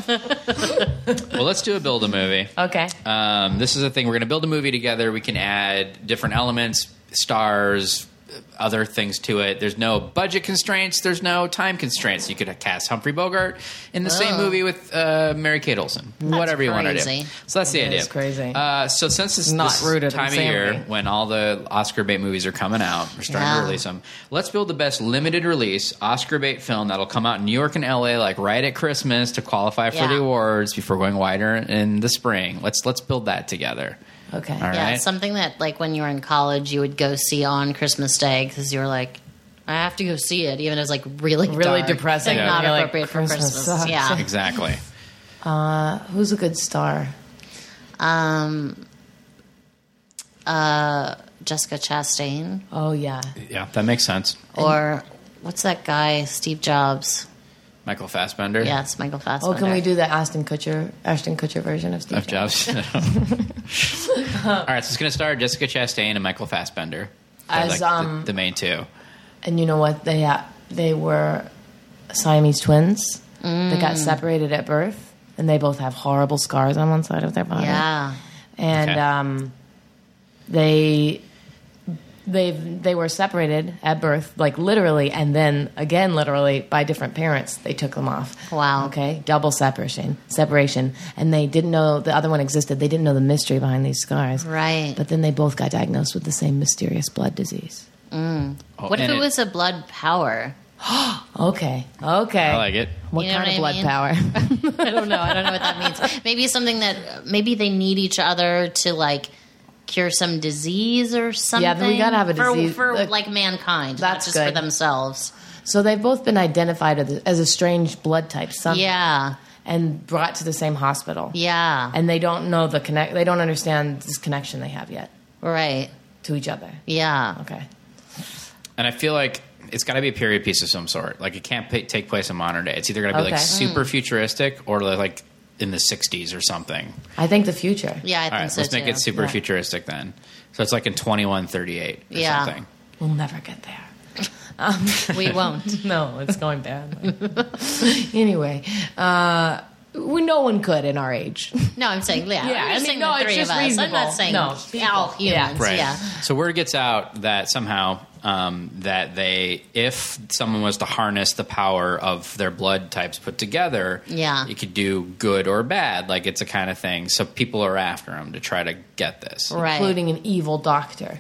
Well, let's do a build a movie. Okay. Um, this is a thing. We're going to build a movie together. We can add different elements, stars, other things to it. There's no budget constraints. There's no time constraints. You could cast Humphrey Bogart in the same Oh. movie with uh, Mary Kate Olsen. Whatever you want to do. crazy. So that's the idea. is crazy. Uh, so since it's Not this rooted in time of family. year when all the Oscar bait movies are coming out, we're starting to Yeah. release them. Let's build the best limited release Oscar bait film that'll come out in New York and LA like right at Christmas to qualify for Yeah. the award awards before going wider in the spring. Let's let's build that together. Okay. All Yeah, right. something that like when you were in college, you would go see on Christmas Day because you were like, I have to go see it, even if it's like really, Really dark depressing. and Yeah. not You're like, appropriate for Christmas Christmas. sucks. Yeah. exactly. Who's a good star? Um, uh, Jessica Chastain Oh yeah. Yeah, that makes sense. or what's that guy? Steve Jobs. Michael Fassbender. Yeah, it's Michael Oh, Fassbender. can we do the Ashton Kutcher Ashton Kutcher version of Steve? Of <laughs> Jobs. All right, so it's going to start Jessica Chastain and Michael Fassbender. They're, As, like, the- um, the, main two. And you know what? They uh, they were Siamese twins. They Mm. got separated at birth, and they both have horrible scars on one side of their body. Yeah. and Okay. um, they they they were separated at birth, like literally, and then again literally by different parents. They took them off. Wow. Okay, double separation, separation, and they didn't know the other one existed. They didn't know the mystery behind these scars. Right. But then they both got diagnosed with the same mysterious blood disease. Oh, What if and it, was a blood power? Okay. Okay. I like it. What You know kind what of I blood mean? power? <laughs> I don't know. I don't know what that means. <laughs> Maybe something that maybe they need each other to like cure some disease or something. gotta have a For- disease- for, like- like mankind. That's That's just for good. themselves. so they've both been identified as as a strange blood type, some, Yeah, and brought to the same hospital. yeah, and they don't know the connect they don't understand this connection they have yet right, to each other yeah. okay And I feel like it's got to be a period piece of some sort. Like it can't pa take place in modern day. It's either going to be Okay. like Mm. super futuristic or like in the 60s or something. i think the future Yeah, I think All right, so let's too. make it super Yeah. futuristic then. So it's like in 2138 or Yeah. something. we'll never get there <laughs> we won't. no it's going bad <laughs> anyway uh we, no one could in our age No, I'm saying yeah. Yeah, I'm I mean, just saying no, the it's three just of us. I'm reasonable. not saying No, all people. Yeah. humans. Yeah. So word gets out that somehow um, that they, if someone was to harness the power of their blood types put together, Yeah. it could do good or bad. Like it's a kind of thing. So people are after them to try to get this. right. including an evil doctor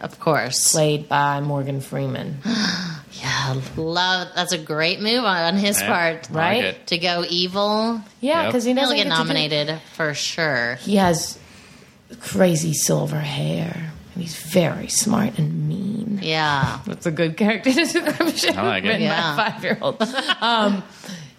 of course. played by morgan freeman yeah, love. That's a great move on, on his Yeah. part. I like Right? it. To go evil, yeah Yep. because he he'll doesn't get to do- nominated for sure. he has crazy silver hair and he's very smart and mean Yeah. That's a good character <laughs> description. I like it. written by Yeah. a five-year-old. Um,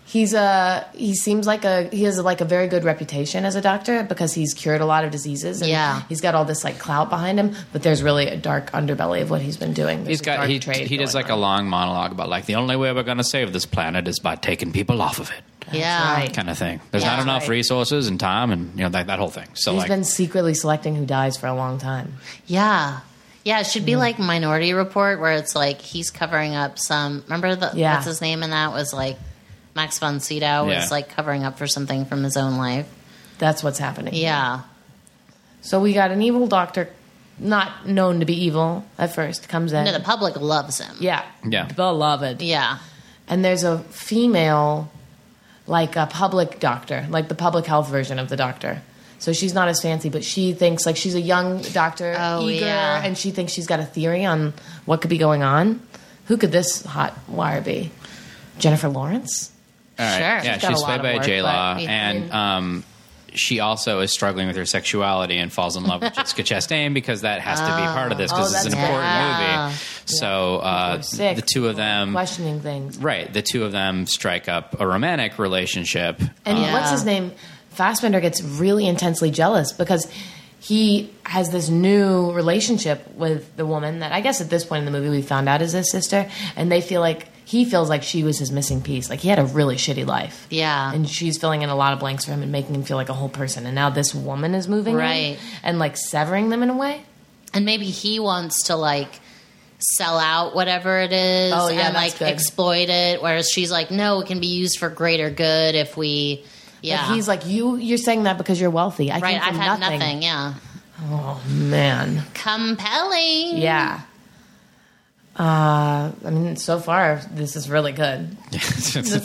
he's a he seems like a he has like a very good reputation as a doctor because he's cured a lot of diseases. And Yeah. he's got all this like clout behind him, but there's really a dark underbelly of what he's been doing. There's He's a got dark he, trade he does going like a on. long monologue about like the only way we're going to save this planet is by taking people off of it, yeah. right. kind of thing. There's Yeah. not enough Right. resources and time and you know that, that whole thing. So He's like been secretly selecting who dies for a long time. Yeah. Yeah, it should be like Minority Report, where it's like he's covering up some. Remember the Yeah. what's his name in that was like Max von Sydow was Yeah. like covering up for something from his own life. That's what's happening. Yeah, So we got an evil doctor, not known to be evil at first, comes in. no, the public loves him. yeah. Yeah. Beloved. yeah, and there's a female like a public doctor like the public health version of the doctor so she's not as fancy but she thinks like she's a young doctor Oh, eager yeah. and she thinks she's got a theory on what could be going on who could this hot wire be jennifer lawrence All right. Sure. Yeah, She's got she's a lot played of by work, J Law, but- and um, she also is struggling with her sexuality and falls in love with <laughs> Jessica Chastain because that has to be part of this because Oh, it's an that's important right. movie. So uh, Or sick, the two of them, questioning things right? The two of them strike up a romantic relationship. <laughs> and Yeah. what's his name Fassbender gets really intensely jealous because he has this new relationship with the woman that I guess at this point in the movie we found out is his sister, and they feel like he feels like she was his missing piece. Like he had a really shitty life. Yeah. And she's filling in a lot of blanks for him and making him feel like a whole person. And now this woman is moving in Right. and like severing them in a way. and maybe he wants to like sell out whatever it is Oh, yeah, that's and like good. exploit it whereas she's like no it can be used for greater good if we yeah Like, he's like, You you're saying that because you're wealthy. I right came i've from had nothing. nothing. yeah Oh man. compelling Yeah. Uh, I mean, so far this is <laughs> really good. for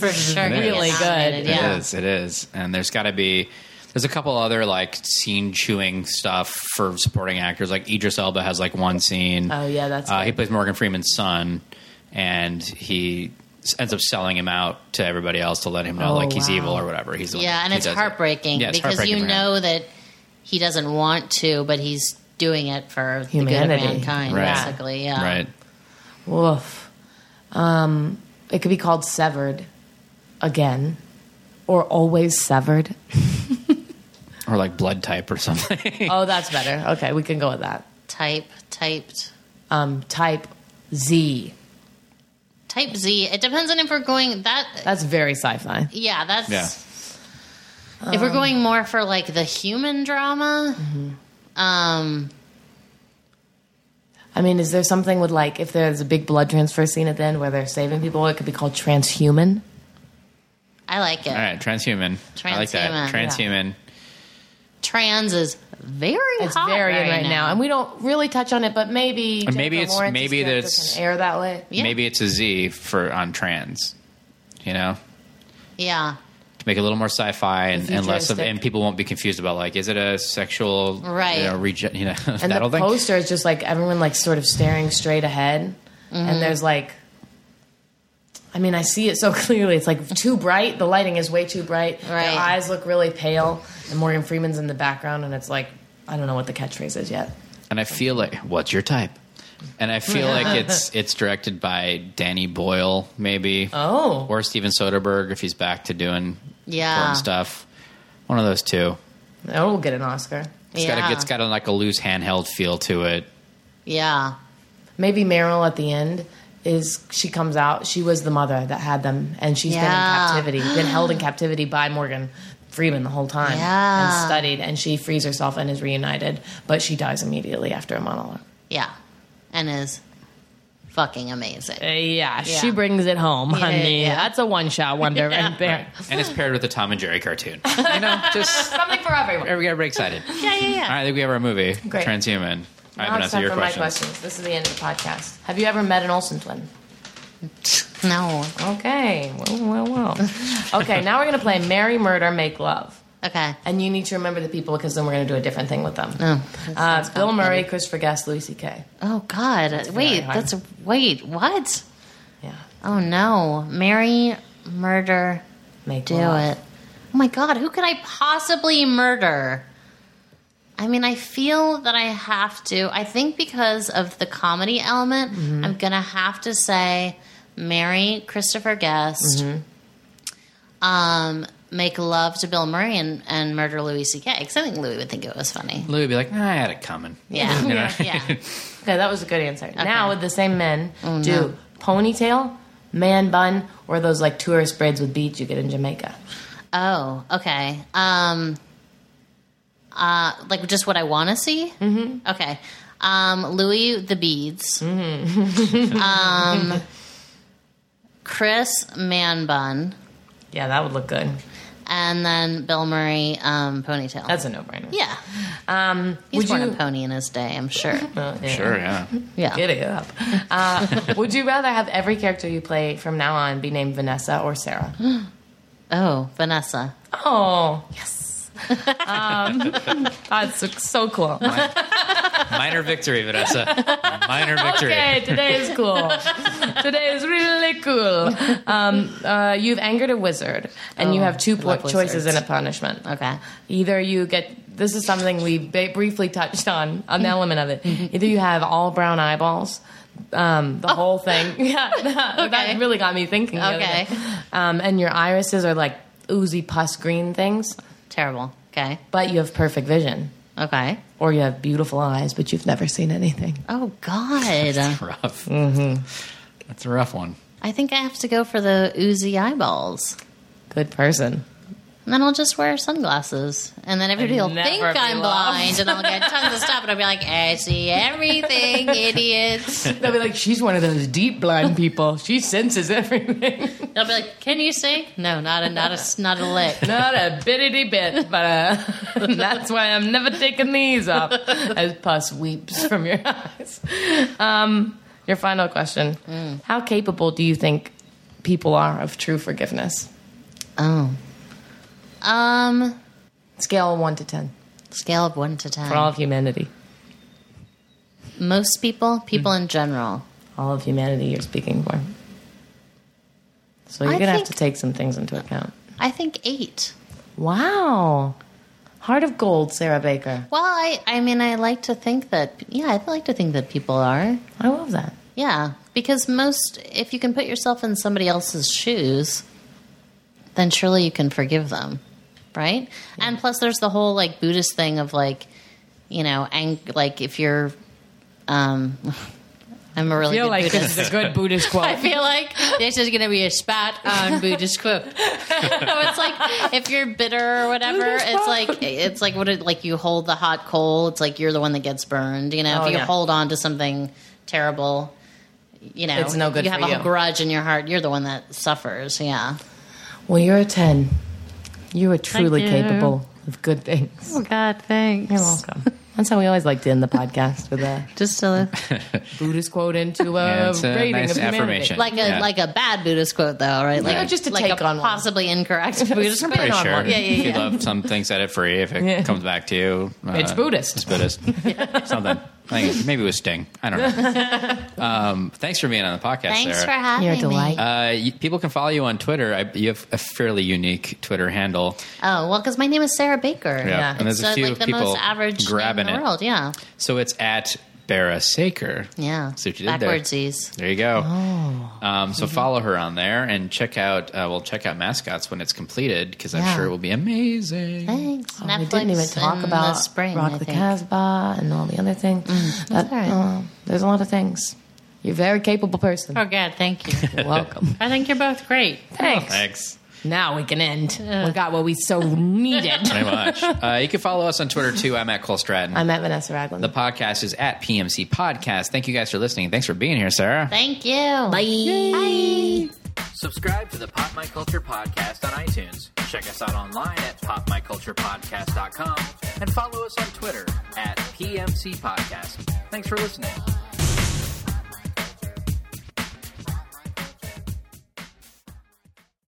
sure It really is. good. nominated, yeah It is. It is. And there's got to be. There's a couple other like scene chewing stuff for supporting actors. Like Idris Elba has like one scene. Oh, yeah, that's Uh, he good. plays Morgan Freeman's son, and he s- ends up selling him out to everybody else to let him know Oh, like he's wow. evil or whatever. He's the one- yeah and he it's does it. heartbreaking Yeah, it's because heartbreaking you for him. know that he doesn't want to but he's doing it for the Humanity. good of mankind Right. basically yeah Right. Woof. Um, it could be called severed again, or always <laughs> severed. Or like blood type or <laughs> something. Oh, that's better. Okay, we can go with that. type typed Um, type Z. type z it depends on if we're going that That's very sci-fi. Yeah, that's. Yeah. If we're going more for like the human drama, Mm-hmm. um, I mean, is there something with like if there's a big blood transfer scene at the end where they're saving people? It could be called transhuman. I like it. All right, transhuman. I like that. Transhuman, Transhuman. Trans is very It's hot very right, in right now. and we don't really touch on it, but maybe And maybe Jennifer it's- Lawrence's maybe character there's- can air that way. Yeah. Maybe it's a Z for on trans. You know, yeah, to make it a little more sci-fi and, and less of, futuristic. and people won't be confused about like, is it a sexual, Right. You know, regen- you know <laughs> And that'll the thing. poster is just like everyone like sort of staring straight ahead, Mm-hmm. and there's like, I mean, I see it so <laughs> clearly. It's like too bright. The lighting is way too bright. Right. Their eyes look really pale, and Morgan Freeman's in the background, and it's like I don't know what the catchphrase is yet. and I feel like, what's your type? And I feel <laughs> like it's it's directed by Danny Boyle, maybe, Oh, or Steven Soderbergh if he's back to doing yeah, important stuff. One of those two. that will get an Oscar. It's yeah. got a, it's got a, like a loose handheld feel to it. yeah, Maybe Meryl at the end is she comes out. She was the mother that had them, and she's Yeah. been in captivity, been <gasps> held in captivity by Morgan Freeman the whole time, Yeah. and studied. And she frees herself and is reunited, but she dies immediately after a monologue. yeah, and is fucking amazing. Uh, yeah, Yeah. she brings it home, honey. yeah. That's a one shot wonder right there. And it's paired with the Tom and Jerry <laughs> cartoon. You know, just Something for everyone. everybody get excited. Yeah, yeah, All yeah. right, I think we have our movie, Great. Transhuman. I Now haven't answered it's time your for my question. questions. This is the end of the podcast. Have you ever met an Olsen twin? No, Okay. Well, well, well. <laughs> okay, now we're going to play Marry, Murder, Make Love. okay. And you need to remember the people because then we're going to do a different thing with them. Oh, Uh, Bill Murray, Christopher Guest, Louis C.K. oh God! wait, hard. that's wait. What? Yeah. Oh no! Marry, murder, Make do love. it. Oh my god, who could I possibly murder? I mean, I feel that I have to. I think because of the comedy element, I'm going to have to say marry Christopher Guest, um, make love to Bill Murray, and, and murder Louis C.K. Because I think Louis would think it was funny. Louis would be like, nah, I had it coming. Yeah. You know? <laughs> yeah. Okay, that was a good answer. Now, with the same men, Oh, do ponytail, man bun, or those like tourist braids with beads you get in Jamaica. Oh, okay. Um, uh, like just what I want to see? Mm-hmm. Okay. Um, Louis the Beads. <laughs> Mm-hmm. um, Chris Man Bun. Yeah, that would look good. And then Bill Murray um, Ponytail. That's a no brainer. yeah. Um, He's would worn you? a pony in his day, <laughs> I'm sure. Oh, yeah. Sure, yeah. Yeah. Get it up. Uh, <laughs> would you rather have every character you play from now on be named Vanessa or Sarah? <gasps> Oh, Vanessa. Oh, yes. <laughs> um, <laughs> that's so <laughs> cool. Minor victory, Vanessa. Minor victory. <laughs> Okay, today is <laughs> cool. today is really cool. Um, uh, you've angered a wizard, and you have two po- Oh, love choices wizards. and a punishment. Okay. Either you get this is something we ba- briefly touched on on Mm-hmm. the element of it. Either you have all brown eyeballs. Um, the whole <laughs> thing, yeah, <laughs> that, Oh. Okay. that really got me thinking. the other Okay. day. um, and your irises are like oozy pus green things. Terrible. Okay. But you have perfect vision, Okay. or you have beautiful eyes, but you've never seen anything. Oh <laughs> God. Rough. That's a rough one. I think I have to go for the oozy eyeballs. Good person. And then I'll just wear sunglasses. And then everybody will never think be I'm loved. blind and I'll get tons of stuff and I'll be like, I see <laughs> everything, idiots. They'll be like, she's one of those deep blind people. She senses everything. They'll be like, Can you see? No, not a not a not a <laughs> lick. Not a bitty bit, but uh, <laughs> that's why I'm never taking these off. As pus weeps from your <laughs> eyes. Um, your final question: How capable do you think people are of true forgiveness? Oh. Um Scale one to ten scale of one to ten. for all of humanity. Most people, people Hmm. in general. All of humanity you're speaking for. So you're I gonna have think- to take some things into account. I think eight. Wow, heart of gold, Sarah Baker. Well, I, I mean I like to think that yeah, I like to think that people are. I love that. Yeah, because most, if you can put yourself in somebody else's shoes, then surely you can forgive them, right? And plus, there's the whole like Buddhist thing of like, you know, and like if you're, um, <laughs> I'm a really feel good like Buddhist. this is a good Buddhist quote. <laughs> I feel like this is going to be a spat um, on Buddhist quote. <laughs> it's like if you're bitter or whatever, it's like it's like what it like you hold the hot coal. It's like you're the one that gets burned. You know, Oh, if you yeah. hold on to something terrible, you know, It's no good You have for a you. grudge in your heart. You're the one that suffers. Yeah. Well, you're a ten. You are truly you. capable of good things. Oh God, thanks. You're welcome. That's how we always like to end the podcast with a Just <laughs> a, Buddhist quote into a Yeah, it's a rating nice of humanity. affirmation. like a Yeah. like a bad Buddhist quote though, right? Like Yeah, just to like take a on one. <laughs> possibly incorrect Buddhist Spin quote. on Pretty sure. one. Yeah, yeah, If you yeah. love something, set it free. If it Yeah. comes back to you, uh, It's Buddhist. It's Buddhist. Something. I think it- maybe it was Sting. I don't know. um, thanks for being on the podcast, Thanks for Sarah. having You're a me. delight. uh, you, people can follow you on Twitter. I, you have a fairly unique Twitter handle. Oh well, because my name is Sarah Baker. Yeah. Yeah. And there's It's a uh, few like the people most average grabbing name in it. the world. Yeah, So it's at Barra Saker. yeah. See what you did there. Backwardsies. There you go. Um, so follow her on there and check out. Uh, well, check out mascots when it's completed because I'm Yeah. sure it will be amazing. Thanks. Oh, Netflix we didn't even in talk the about spring. Rock I the think. Mm, Casbah and all the other things. That- all right. uh, there's a lot of things. You're a very capable person. Oh God, thank <laughs> you. You're welcome. I think you're both great. Thanks. Thanks. Now we can end. We got what we so needed. <laughs> Pretty much. uh, you can follow us on Twitter too. I'm at Cole Stratton. I'm at Vanessa Ragland. the podcast is at PMC Podcast. Thank you guys for listening. Thanks for being here, Sarah. Thank you. Bye. Subscribe to the Pop My Culture Podcast on iTunes. Check us out online at popmyculturepodcast.com and follow us on Twitter at PMC Podcast. Thanks for listening.